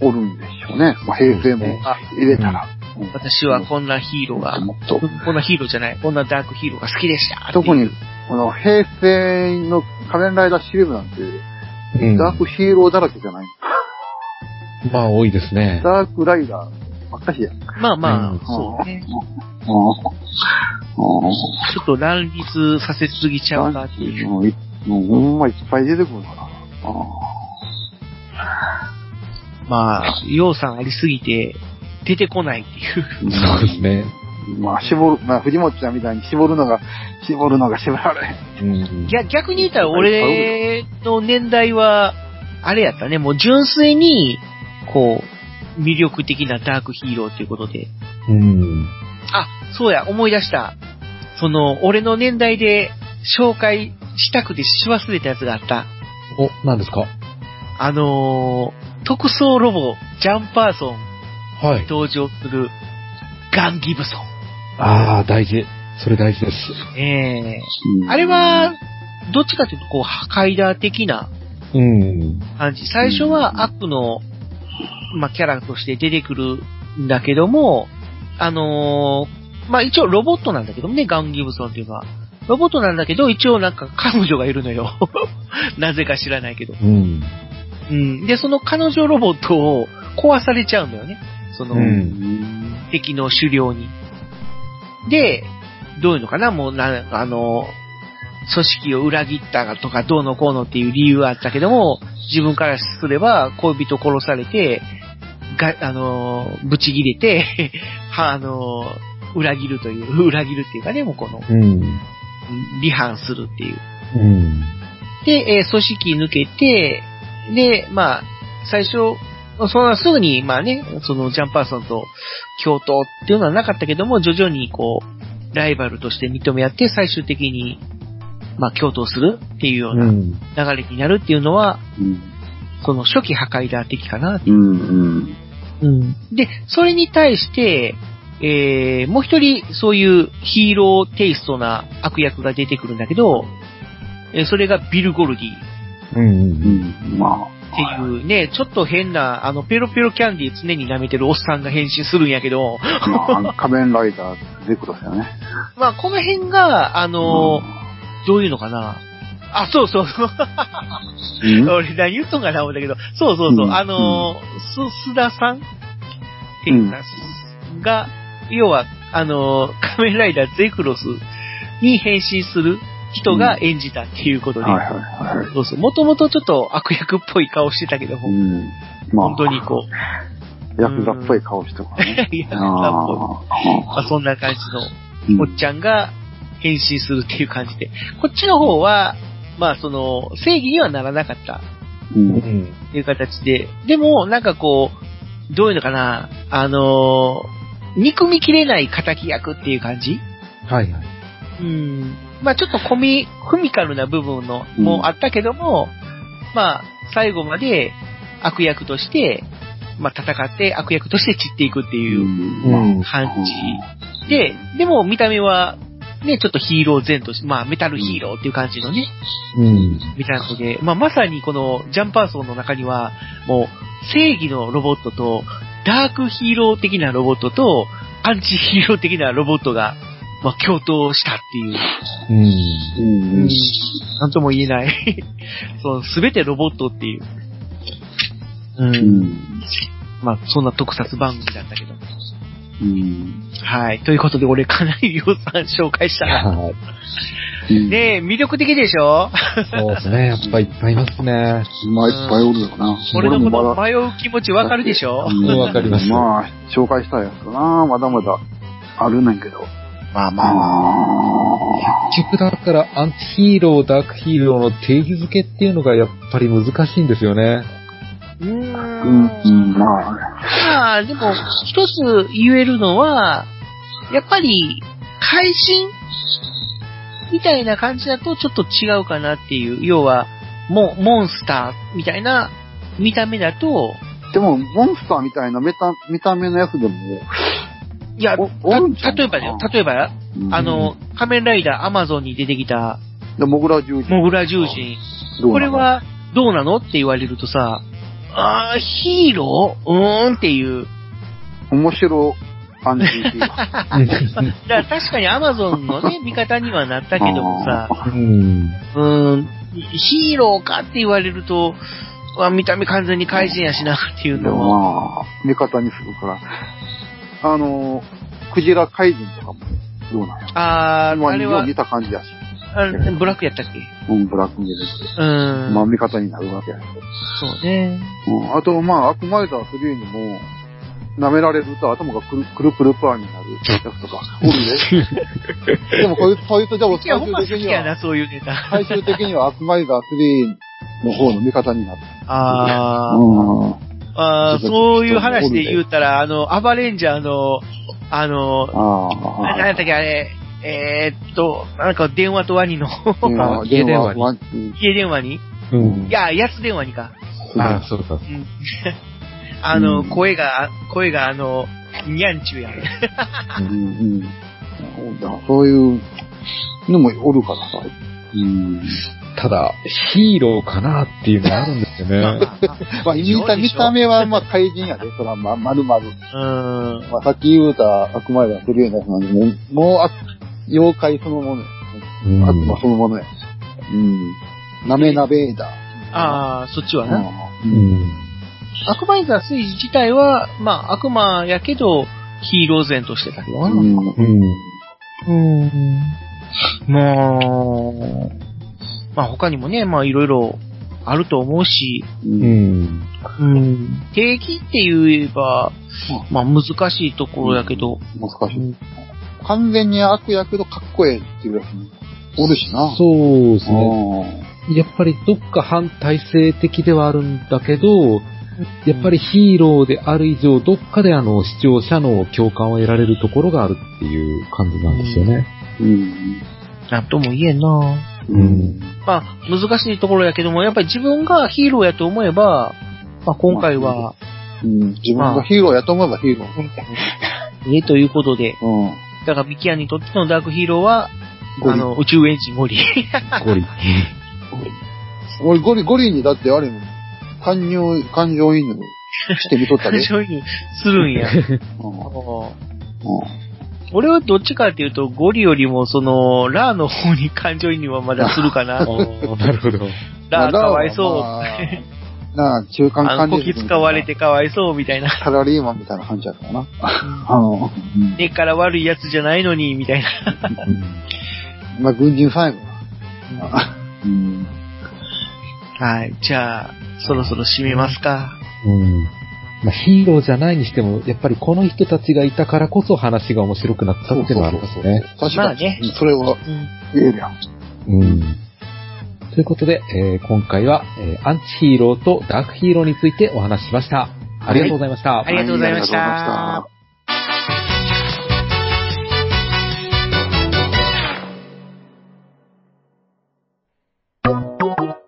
おるんでしょうね。まあ、平成もあ、入れたら。うん私はこんなヒーローが、もっと。こんなヒーローじゃない、こんなダークヒーローが好きでした。特に、この平成の仮面ライダーシリーズなんて、うん。ダークヒーローだらけじゃない。まあ多いですね。ダークライダーばっかしや。まあまあうん、そうね。うんちょっと乱立させすぎちゃうなっていう。もういもうほんまいっぱい出てくるから。まあ、要さんありすぎて、出てこないっていう。うんそうですね。まあ、絞る、まあ、藤本ちゃんみたいに絞るのが、絞るのが絞られへん。うん。逆逆に言ったら、俺の年代は、あれやったね、もう純粋に、こう、魅力的なダークヒーローということで。うん。あ、そうや、思い出した。その、俺の年代で紹介したくてし忘れたやつがあった。お、何ですかあのー、特装ロボ、ジャンパーソンはい。登場する、ガン・ギブソああ、大事。それ大事です。ン。ええあれは、どっちかというと、こう、ハカイダー的なうん。感じ。最初は悪の、まあ、キャラとして出てくるんだけども、あのーまあ、一応ロボットなんだけどもね、ガン・ギブソンっていうのは。ロボットなんだけど、一応なんか彼女がいるのよ。 なぜか知らないけど。うん。うん。で、その彼女ロボットを壊されちゃうんだよね。その、うん。敵の狩猟に。で、どういうのかなもうなんかあの、組織を裏切ったとかどうのこうのっていう理由はあったけども、自分からすれば恋人殺されて、が、あの、ぶち切れて、 は、あの、裏切るという、裏切るっていうかね、もうこの、うん。離反するっていう。うん。で、えー組織抜けて、で、まあ、最初、そんなすぐに、まあね、そのジャンパーソンと共闘っていうのはなかったけども、徐々にこう、ライバルとして認め合って、最終的に、まあ、共闘するっていうようう。なん流れになるっていうのは、うん。その初期破壊だ的かな。うん。うん。で、それに対して、えー、もう一人、そういうヒーローテイストな悪役が出てくるんだけど、えーそれがビル・ゴルディ。う。うんん。まあ。っていうね、ちょっと変な、あの、ペロペロキャンディー常に舐めてるおっさんが変身するんやけど、まあ、仮面ライダーってことですよね。まあ、この辺が、あの、どういうのかな。あ、そうそうそう。うんう ん俺何言っとんかな思ったけど、そうそうそう。うんあの、す、須田さんっていうか、が、要は、あの、仮面ライダーゼクロスに変身する人が演じたっていうことで、はいはいはい。そうそう。もともとちょっと悪役っぽい顔してたけども、うん。まあ、本当にこう、ヤクザっぽい顔してるからね。 いや、なんかこあうまあ、そんな感じのーうんおっちゃんが変身するっていう感じで。こっちの方は、まあその、正義にはならなかったう。うんん。っていう形で、でもなんかこう、どういうのかな、あのー憎みきれない仇役っていう感じはいはい。うん。まあちょっとコミ、コミカルな部分の、うんもあったけども、まあ最後まで悪役として、まあ戦って悪役として散っていくってういう。ん。感じ。で、でも見た目は、ね、ちょっとヒーロー前として、まあメタルヒーローっていう感じのね、うん。みたいなことで、まあまさにこのジャンパーソンの中には、もう正義のロボットと、ダークヒーロー的なロボットと、アンチヒーロー的なロボットが、まあ共闘したっていう、うん。うん。なんとも言えない、 そのすべてロボットっていう、う、うんん。まあそんな特撮番組だったけど。うん。はい。ということで俺かなり量産紹介した な。はい。うん。ねえ、魅力的でしょそうですね。やっぱいっぱいいますね。まあ、いっぱいおるよな。俺のこまのだ迷う気持ちわかるでしょうんわかりますまあ、紹介したいやつかな。まだまだあるねんけど。まあまあ。まあ、結局だからアンチヒーロー、ダークヒーローの定義づけっていうのがやっぱり難しいんですよね。うーんうん、うん、まあ、まあ、でも、一つ言えるのは、やっぱり、会心みたいな感じだとちょっと違うかなっていう。要は、もう、モンスターみたいな見た目だと、でも、モンスターみたいな見た見た目のやつでも、いや、おたおるんちゃうか例なえばだよ、例えば、うんあ、の、仮面ライダーアマゾンに出てきた、でモグラ獣人。モグラ獣人。どうなのこれ、は、どうなのって言われるとさ、あー、ヒーローうーんっていう。面白アンチヒ ーローだから確かにアマゾンの ね、味方にはなったけどもさ、うん。うーん、ヒーローかって言われると、うわ見た目完全に怪人やしなっていうでのは。もまあ、味方にするから。あの、クジラ怪人とかも、どうなのあー、まあ、あれよはう見、た感じやし。あれブラックやったっけうん、ブラックに出てきうーて。ん。まあ、味方になるわけやし。そうね。うん、あと、まあ、アクマイザー3にも、舐められると頭がくるくるくるパーになるやつとか、おる で。でも、こいつ、こいつじゃあ、いや、ほ最んま好終き的にやは、な、そういうネタ。最終的にはアクマイザー3の方の味方になる。あ ー。うん。あーちょっとそういう話で言うたら、あの、アバレンジャーの、あの、ああれ何やったっけ、あれ、えーっと、なんか電話とワニの、あ。うんあ電電話話ワン 家電話にいうん。や、やつ電話にか。あそうそう。うん あの、うん声が、声があの、にゃんちゅう やん。うんうん。だからそういうのもおるからさ。うん。ただ、ヒーローかなっていうのがあるんですよね。まあ、見たで見しょた目は、まあ、怪人やで。そら、ま、まるまる。うん。まあ、さっき言うた、あくまではフリーなやつなんで、もう、もうあ、妖怪そのものや。うん悪魔そのものや。うん。なめなべーだ。ああ、そっちはな。ううんん。アクマイザー水自体は、まあ、悪魔やけど、ヒーロー前としてたけどな。うんうん。うん。まあ、まあ他にもね、まあいろいろあると思うし、ううんん。うん。定義って言えば、まあ難しいところやけど、難しい。完全に悪役のかっこええっていうやつもおるしな。そうですね。うやっぱりどっか反体制的ではあるんだけど、やっぱりヒーローである以上、どっかであの、視聴者の共感を得られるところがあるっていう感じなんですよね。うん。なんとも言えんなうん。まあ、難しいところやけども、やっぱり自分がヒーローやと思えば、まあ、今回は、うん。自分がヒーローやと思えばヒーロー。ええということで、うん。だからミキアにとってのダークヒーローは、ゴあリ。の、宇宙エンジンゴリ。 ゴ リ。俺ゴリ、ゴリにだってあれも、感情、感情移入してみとっ たで。そういう、するん や。うん。あのう俺はどっちかっていうと、ゴリよりも、その、ラーの方に感情移入はまだするか な。なるほど。ん。ラーかわいそう。まあなあ、中間あ管の、こ理き職使われてかわいそうみたいな。 サラリーマンみたいな感じやったかな。あの、根っから悪いやつじゃないのに、みたいな。うんまあ、軍人ファイブ。うん。はい。じゃあ、そろそろ締めますか。うん。まあ、ヒーローじゃないにしても、やっぱりこの人たちがいたからこそ話が面白くなったっていうのはありますね。確まかあに。ねそれはうん。言えるやん。うん。ということで、えー今回は、えーアンチヒーローとダークヒーローについてお話ししました。ありがとうございました。ありがとうございましはいありがとうございましたた。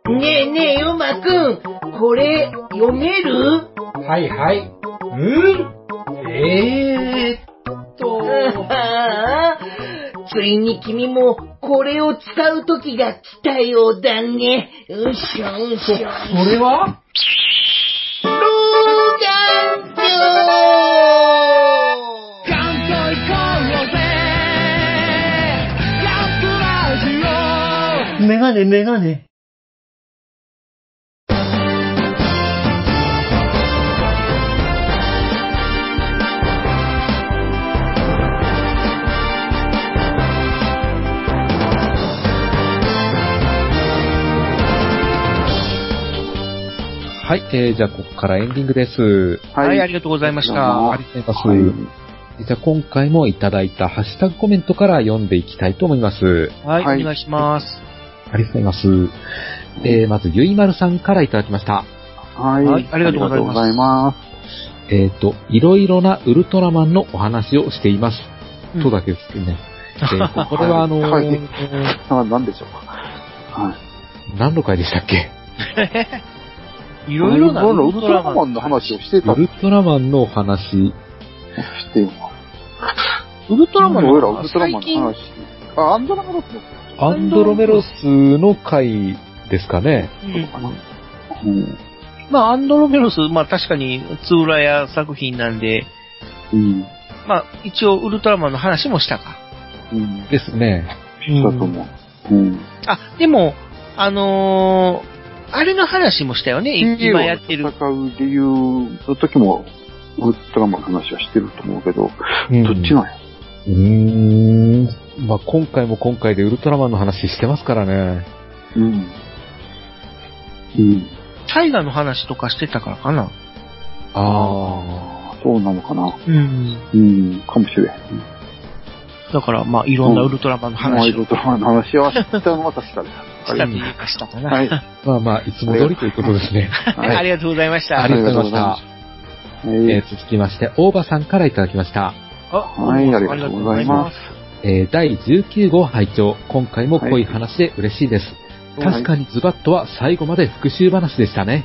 ねえねえ、ヨマくん、これ、読めるはいはい。うんえーっと、ああ、 ついに君も、これを使う時が来たようだね。うしょうしょ。それはメガネ、メガネ。はい、えーじゃあここからエンディングです。はい、ありがとうございました。ありがとうございます。じゃあ今回もいただいたハッシュタグコメントから読んでいきたいと思います。はい、はいお願いします。ありがとうございます。えーまず、ゆいまるさんからいただきました。はい。はいありがとうございますありがとうございまえっ、と、いろいろなウルトラマンのお話をしています。うんとだけですね。えーと これはあのーはいす。な、なんでしょうか。はい。何の回でしたっけいろいろなウルウトルトララママン。ンの話をしてたウってルトラマンのお話。いうのウルトラマン俺らウルトラマ最ンの近、話。あ、アンドラマロスのアンドロメロスの回ですかね。うんかな。うん。まあ、アンドロメロス、まあ確かに、ツーラヤ作品なんで、うん。まあ、一応、ウルトラマンの話もしたか。うん。だですね。と思う。うん。あ、でも、あのー、あれの話もしたよね、い今やってる。ヒーローが戦う理由の時も、ウルトラマンの話はしてると思うけど、うんどっちなんや。うーん。まあ、今回も今回でウルトラマンの話してますからね。うん。うん。タイガの話とかしてたからかな。ああ。そうなのかな。うん。うん。かもしれん。だから、まあ、いろんなウルトラマンのまあ話ウをルトラマンの話はしたのは確かです。しはたいりしたかな。はい。まあまあ、いつも通りということですね。は いありがとうございました。 ありがとうございました。はいえー続きまして、大場さんからいただきました。あ。はいありがとうございますえー第19号拝聴今回も濃い話で嬉しいです。確かにズバッとは最後まで復讐話でしたね。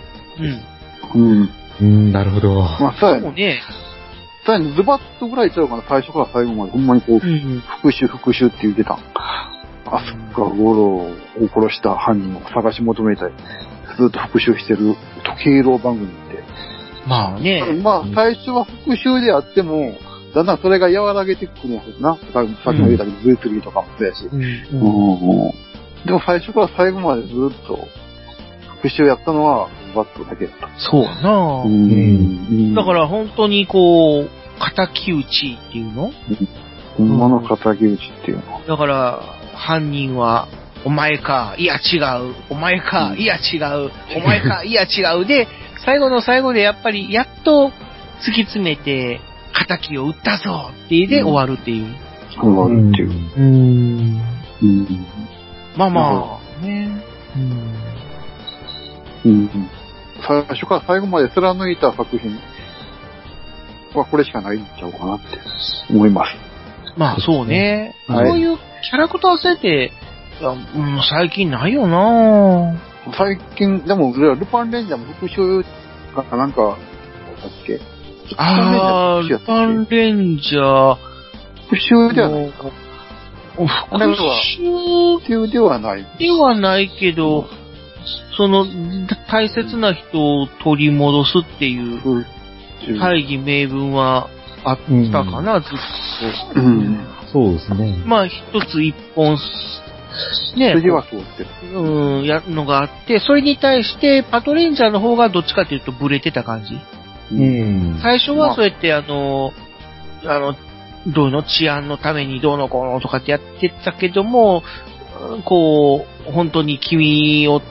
うん。うん。うーん、なるほど。まあ、さやもうね、さらにズバッとぐらいちゃうかな、最初から最後まで。ほんまにこう、うん。復讐復讐って言ってた。あそっか、ゴロを殺した犯人を探し求めたい。ずっと復讐してる時計労番組っまあね、て。まあ、最初は復讐であっても、だんだんそれが和らげてくるんやけどな。さっきさっきも言ったけど、ブイトリーとかもそうやし。うんうんでも最初から最後までずっと復讐やったのは、ズバッとだけだった。そうやな、ん、だからら本当にこう、敵討ちっていうのほんまの仇討ちっていうのは。だから、犯人は、お前か、いや違う、お前か、うんいや違う、お前 か、いや違うで、最後の最後でやっぱり、やっと突き詰めて、敵を撃ったぞって言ってうん終わるっていう。そううなるんっていう。うん。うんまあまあ、ね。うん。うん最初から最後まで貫いた作品はこれしかないんちゃうかなって思います。まあそうね。こ、はいういうキャラクター設定、あうん、最近ないよなぁ。最近、でも、ルパンレンジャーも復讐かなんか、だっけあー、ルパンレンジャー、復讐ではないか。復れは讐復讐ではない。ではないけど、その、大切な人を取り戻すっていううん大義名分はあったかな、ずっうん。そうですねと。。まあ、一つ一本、ね、次はそうってる。うん、やるのがあって、それに対して、パトレンジャーの方がどっちかというとブレてた感じ。うん。最初はそうやって、あの、あの、どういうの治安のためにどうのこうのとかってやってたけども、うんこう、本当に君を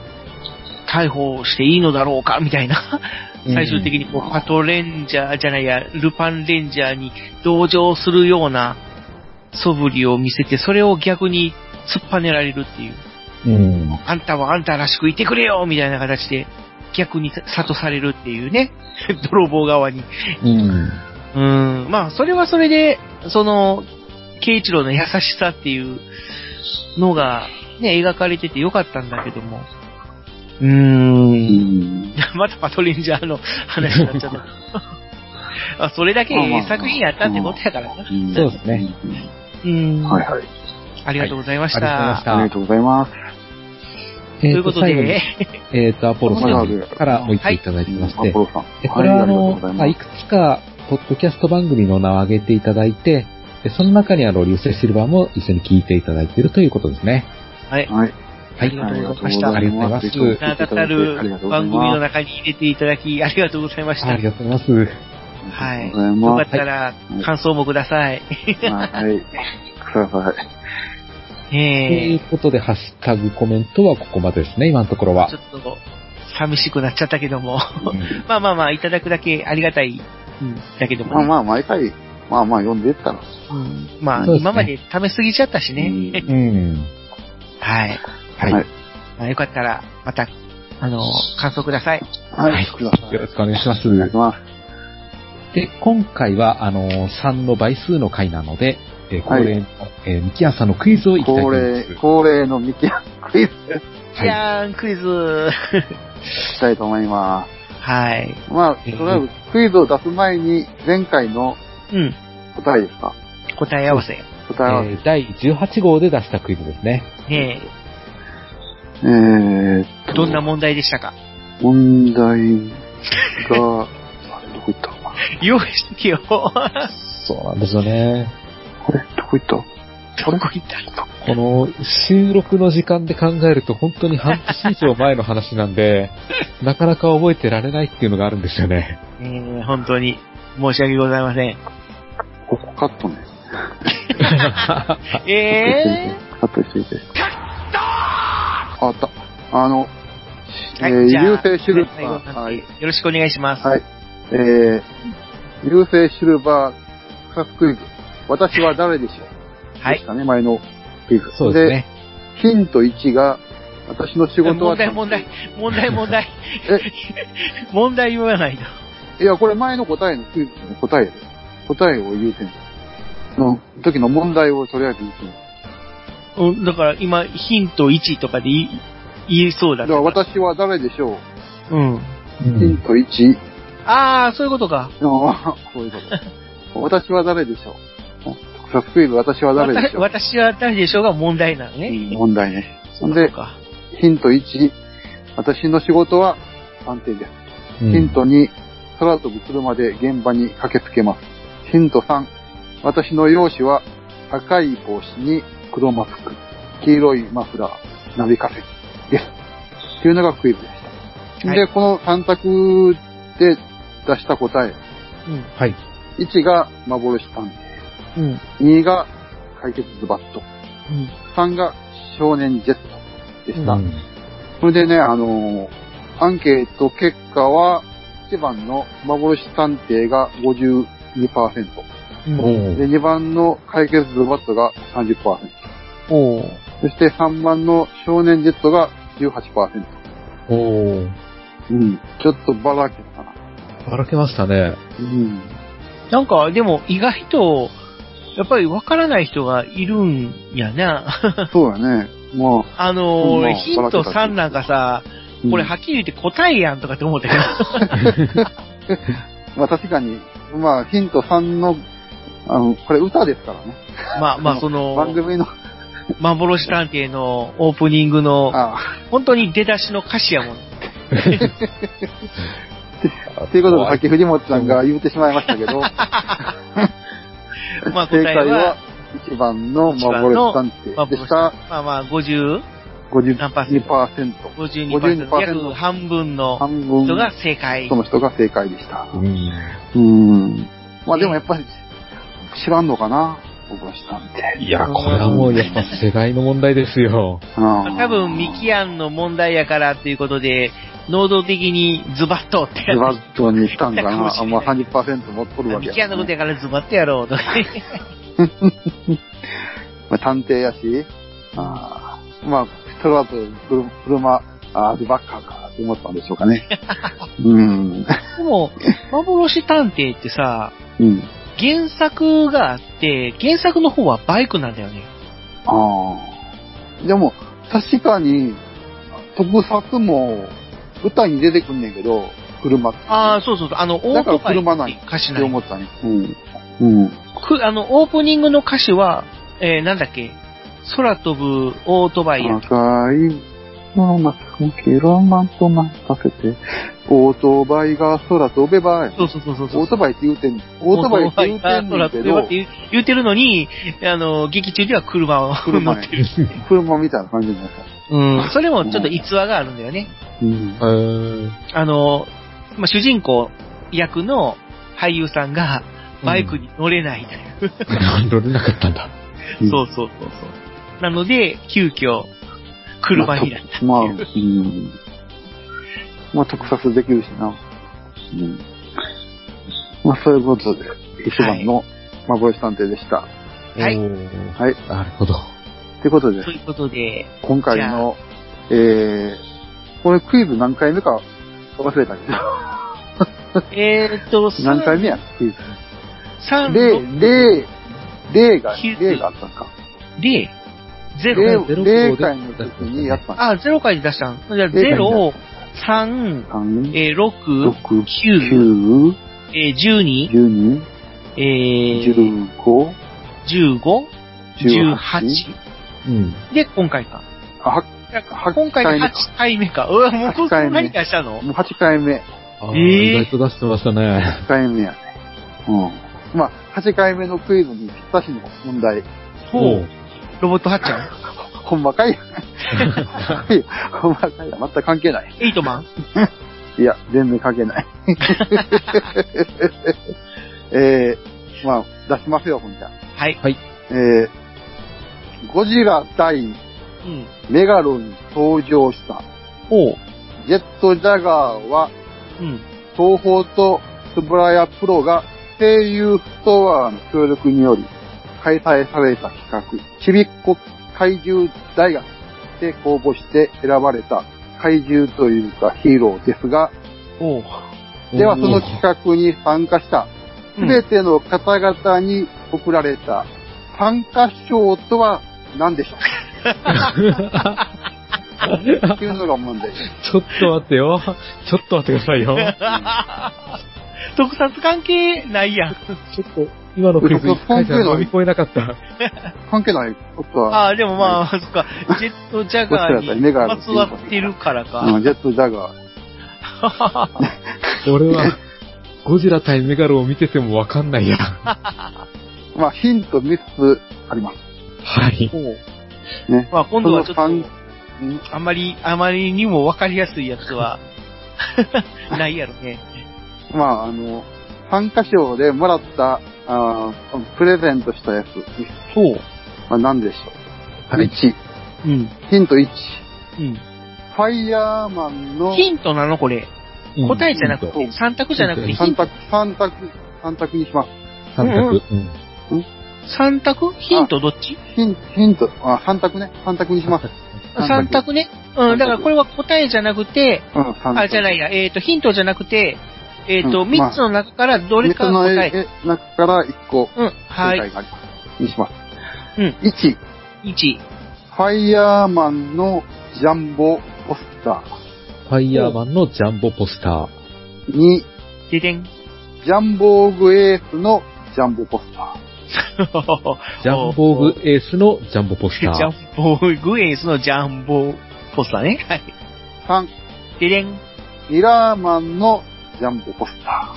逮捕していいのだろうかみたいな。最終的にこう、パトレンジャーじゃないや、ルパンレンジャーに同情するような素振りを見せて、それを逆に突っ跳ねられるっていう。うん。あんたはあんたらしくいてくれよみたいな形で、逆に諭されるっていうね、 泥棒側に。うん。うーん、まあ、それはそれで、その、慶一郎の優しさっていうのが、ね、描かれててよかったんだけども。うーん。 またパトレンジャーの話になっちゃった。あそれだけええ作品やったってことやからな。そうですね。うん。はいはい。ありがとうございました。ありがとうございます。ということえで、ー最後にえっと、アポロさんからもう一回いただいてましアてポ、ロさん。えこれはあありがとうのござい、まあまいす。くつか、ポッドキャスト番組の名を挙げていただいて、でその中にあの、流星シルバーも一緒に聞いていただいているということですね。はい。はい。ありがとうございました。ありがとうございます名だたる番組の中に入れていただき、ありがとうございました。ありがとうございます。はあい。りがとうよごかざったらい、感想もください。はい。ください。とえいえうことで、ハッシュタグコメントはここまでですね、今のところはちょ。っと、寂しくなっちゃったけども。 うんまあまあまあ、いただくだけありがたい、うん、だけどもまあね。まあ、毎回、まあまあ、読んでいったら。うんまあ、そうですね今まで溜めすぎちゃったしね。うん。はい。はい。はいまあ、よかったら、また、あの、感想ください。はい。ください。よろしくお願いします。お願いします。で、今回は、あのー、3の倍数の回なので、えー恒例の、えーミキヤンさんのクイズをいきたいと思恒います例、。恒例のミキアクイズじゃーん、クイズ。したいと思いまはい。す。まあ、とりあえずクイズを出す前に、前回のうん。答えですか答え合わせ。答えは、えー第18号で出したクイズですね。ねえーっえ、とどんな問題でしたか問題が、 あれどこ行ったかな用意しとけよ。どそうなんですよね。これ、どこ行ったこ行ったこの、収録の時間で考えると本当に半年以上前の話なんで、なかなか覚えてられないっていうのがあるんですよね。ええ本当に、申し訳ございません。ここカットね。ええカットしといて。カットあった。あの、はいえーじゃあ流星シルバ最後なんー、ではい、よろしくお願いします。はい。えー、流星シルバー草津クイズ。私は誰でしょうはいでしたね、前のクイズ。そうですね。ヒント1が、私の仕事は問題、問題。、問題、問題。 問題言わないと。いや、これ前の答えのクイズの答えです。答えを言うてんの。の時の問題をとりあえず言うてんの。うんだから今、ヒント1とかで言い言いそうだだっかたら私は誰でしょう、うん。うんヒント1。ああ、そういうことか。ああ、こうい うこと。私は誰でしょう特撮クイズ、私は誰でしょわうた私は誰でしょうが問題なのね。問題ね。そほんうで、か。ヒント1。私の仕事は安定です。うんヒント2、空飛ぶ車で現場に駆けつけます。ヒント3、私の容姿は赤い帽子に黒マスク、黄色いマフラー、なびかせです。というのがクイズでした。はいで、この3択で出した答え、うん。はい。 1が幻探うん。偵、2が解決ズバット、うん。 3が少年ジェットでした。うんそれでね、あのーアンケート結果は、1番の幻探偵が52%、おで、2番の解決ズバットが30%、おそして3番の少年ジェットが18%、おうん。ちょっとばらけたな。ばらけましたね。 うん。なんか、でも意外と、やっぱりわからない人がいるんやな。 そうだね。まあ、あのーまあヒント3なんかさ、うんこれはっきり言って答えやんとかって思った けまあ確かに、まあヒント3の、あの、これ歌ですからね。ど、まあまあそ番の、組の、幻探偵のオープニングの、あ本当に出だしの歌詞やもん。あ、ということでさっき藤本さんが言ってしまいましたけ ど、まあ答正え解はは、 1番の幻探偵でした。まあまあ 50? 何パーセント52%。 52%、約半分の半分人が正解そ。の人が正解でした。うん。うん。まあでもやっぱり、知らんのかな僕は知らんで。いや、これはもうやっぱ世代の問題ですよ。あ多分、ミキアンの問題やからっていうことで、能動的にズバッとってズバッとにしたん かかもしな。あれまなあい30%持っとるわけミやキアンのことやからズバッとやろうとか。 まあ、探偵やし、あーまあ、それはと車、あーデバッカーかって思ったんでしょう かね。うん。でも、幻探偵ってさ、うん。原作があって、原作の方はバイクなんだよね。ああ。でも、確かに、特撮も、歌に出てくんねんけど、車って。ああ、そうそうそう。あの、オだーからトバイ車なんのや歌詞っなてん思やったね。うん。うん。くあの、オープニングの歌詞は、えー、なんだっけ空飛ぶオートバイや。赤い、の中のキラマンとなさせて、オートバイが空飛べば、そうそうそうそうそう。オートバイって言うてん、オートバイって言うてんねんけオートバイが空飛べばどって、言う言うてるのに、あの、劇中では車を車乗やってる。車みたいな感じになった。 うん。それもちょっと逸話があるんだよね。うん。うん。あの、まあ、主人公役の俳優さんが、バイクに乗れないという乗れなかったんだ。うんそうそうそうそう。なので、急遽、車になったっていう。まあ、うん。まあ、特撮できるしな。うん。まあ、そういうことで、一番の幻探偵でした。はいおー。はい。なるほど。ということでと、いうこと で、今回の、えー、これクイズ何回目か忘れたけど、えーっと、何回目やクイズ。 3、例、例、例が、九例があったんか。で、ゼ例ロ。を、例回の時にやったんか。あ、ゼロ回で出したん。じゃあ、ゼゼロロ、三、 3、えー、六、 6、九、 9、えー、十二、 12、えー、 15、十五、十八18。うん。で、今回か。あ、今回回目が8回目か。うわ、もう八こ回目何かしたのもう8回目。あえーー意外と出してましたね。 8回目やね。うん。まあ、8回目のクイズにぴったしの問題。ほう。ロボットハッチャンほんまかいほんまかいや。全く関係ない。エイトマンいや、全然関係ない。 えー、まあ、出しますよ、ほんじゃ。はい。えー、ゴジラ対うん。メガロに登場した。ほう。ジェットジャガーは、うん。東宝とスブラヤプロが声優ストアの協力により開催された企画、ちびっこ怪獣大学で公募して選ばれた怪獣というかヒーローですが、ほう。ではその企画に参加したうん全ての方々に贈られた参加賞とは何でしょ うっていうのが問題です。ちょっと待ってよ。ちょっと待ってくださいよ。特撮関係ないやん。ちょっと、今のクイズ一回じゃ乗り越えなかった。関係ないことはああ、でもまあ、そっか。ジェットジャガーにまつわってるからうか。んジェットジャガー。俺は、ゴジラ対メガロを見ててもわかんないや。まあ、ヒント3つあります。は い。ほう。ねまあ今度はちょっそのと、うんあまり、あまりにもわかりやすいやつは、ないやろね。まあ、あの、参加賞でもらった、あープレゼントしたやつ、ほう。まあ、何でしょう。はい1、うん。ヒント1、うん。ファイヤーマンのヒントなのこれ。答えじゃなくヒンて、三択じゃなくて、ヒ三ント択、三択、三択にします。三択。うん。三択ヒントどっちヒンヒント、あ、三択ね。三択にします。三択ね。うん、だからこれは答えじゃなくて、あ、じゃないや、えっ、と、ヒントじゃなくて、えっ、と、うん三つの中からどれかが答三つえ。の絵中から1個、うん、は正い解。があります。にします。うん、 1、 1。ファイヤーマンのジャンボポスタファイヤーマンのジャンボポスター。2、ででん。ジャンボーグエースのジャンボポスター。ジャンボーグエースのジャンボポ スジタャー。ンボーグエースのジャンボポスターね。はい。ー。3、ででん。ミラーマンのジャンボポスタ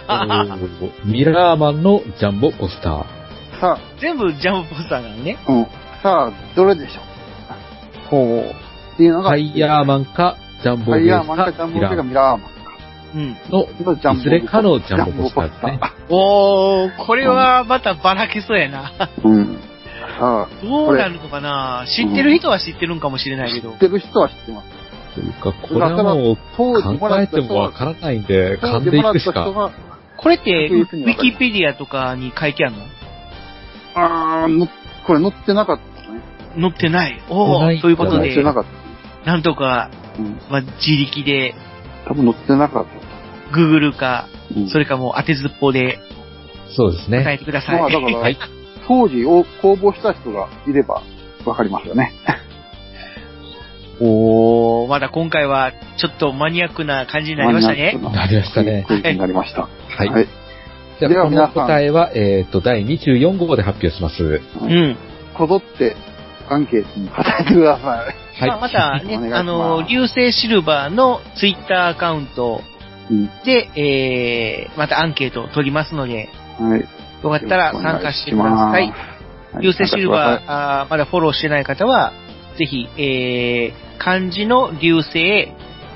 おーミラーマンのジャンボポスター。さ全部ジャンボポスターなのね。あ、うん。さあ、どれでしょうほう。っていうのー。フが、ァイヤーマンか、ジャンフボァベイーヤースマンかかジャン、ボミーラグーがマンミラーマン。うん。の、のジャンボいずれかのジャンボポスターですね。おー、これはまたばらけそうや な。うん。さあ、どうなるのかな知ってる人は知ってるんかもしれないけ知どっ。てる人は知ってます。というか、これはもう当時も考らえったて人もわは、からないんで、当勘時でいもらっくたし人か。は、これって、ウ確実にわィかるキペディアとかに書いてあるのあー、のこれ乗ってなかったね。載ってない。お載ってないー、ということ乗っで乗って、なかった。なんとか、うん。まあ、自力で、多分乗ってなかった。グーグルか、うんそれかもう当てずっぽうでそうです答えね。てください。まあだかはらい、当時を公募した人がいれば、わかりますよね。お ー、まだ今回は、ちょっとマニアックな感じになりましたね。なりましたねクイズになりました。は。はいい。じゃあ、この答えは、えっと、第24号で発表します。はうん。こぞって、アンケートに答えてください。いまあ、。またね お願いし、ますあの、流星シルバーのツイッターアカウントうんで、えー、またアンケートを取りますので、はい。よかったら参加してください。は流星シルバ参加してくださー、あーまだフォローしてない方は、ぜひ、えー、漢字の流星、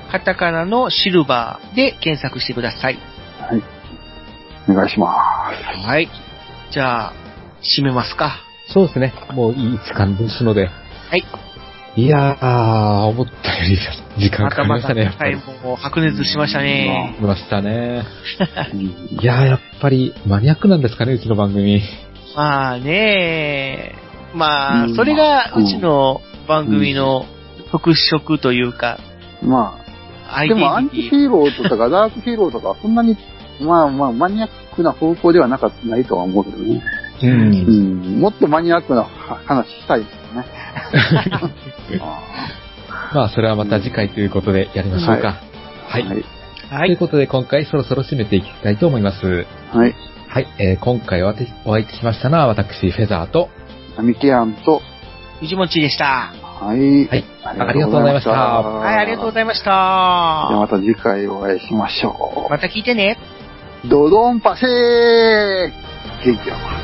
カタカナのシルバーで検索してください。い。お願いします。はい。じゃあ、締めますか。。そうですね。もういい時間ですので。はいいやー、思ったより時間かかりましたね、やっぱ最り。後もう白熱しましたね。いましたね。いやー、やっぱりマニアックなんですかね、うちの番組。まあねまあう、んそれがうんうちの番組の特色というか、まアあ、イでデンテもアンチィヒティ。ーローとかダークヒーローとか、そんなに、まあまあ、マニアックな方向ではなかった、ないとは思うけどね。う。うんん。もっとマニアックな話したいです よね。 あまあ、それはまた次回ということでやりましょうか。ーはい。はい。はとい。いうことで、今回そろそろ締めていきたいと思います。はい。はい。えー、今回はお会いしましたのは、私、フェザーと、ミケアンと、藤持ちでした。はい。はいありがとうございましたはい、ありがとうごいましざいました。たじゃあまた次回お会いしましょまた聞いてね。う。ドドンパシー元気よく。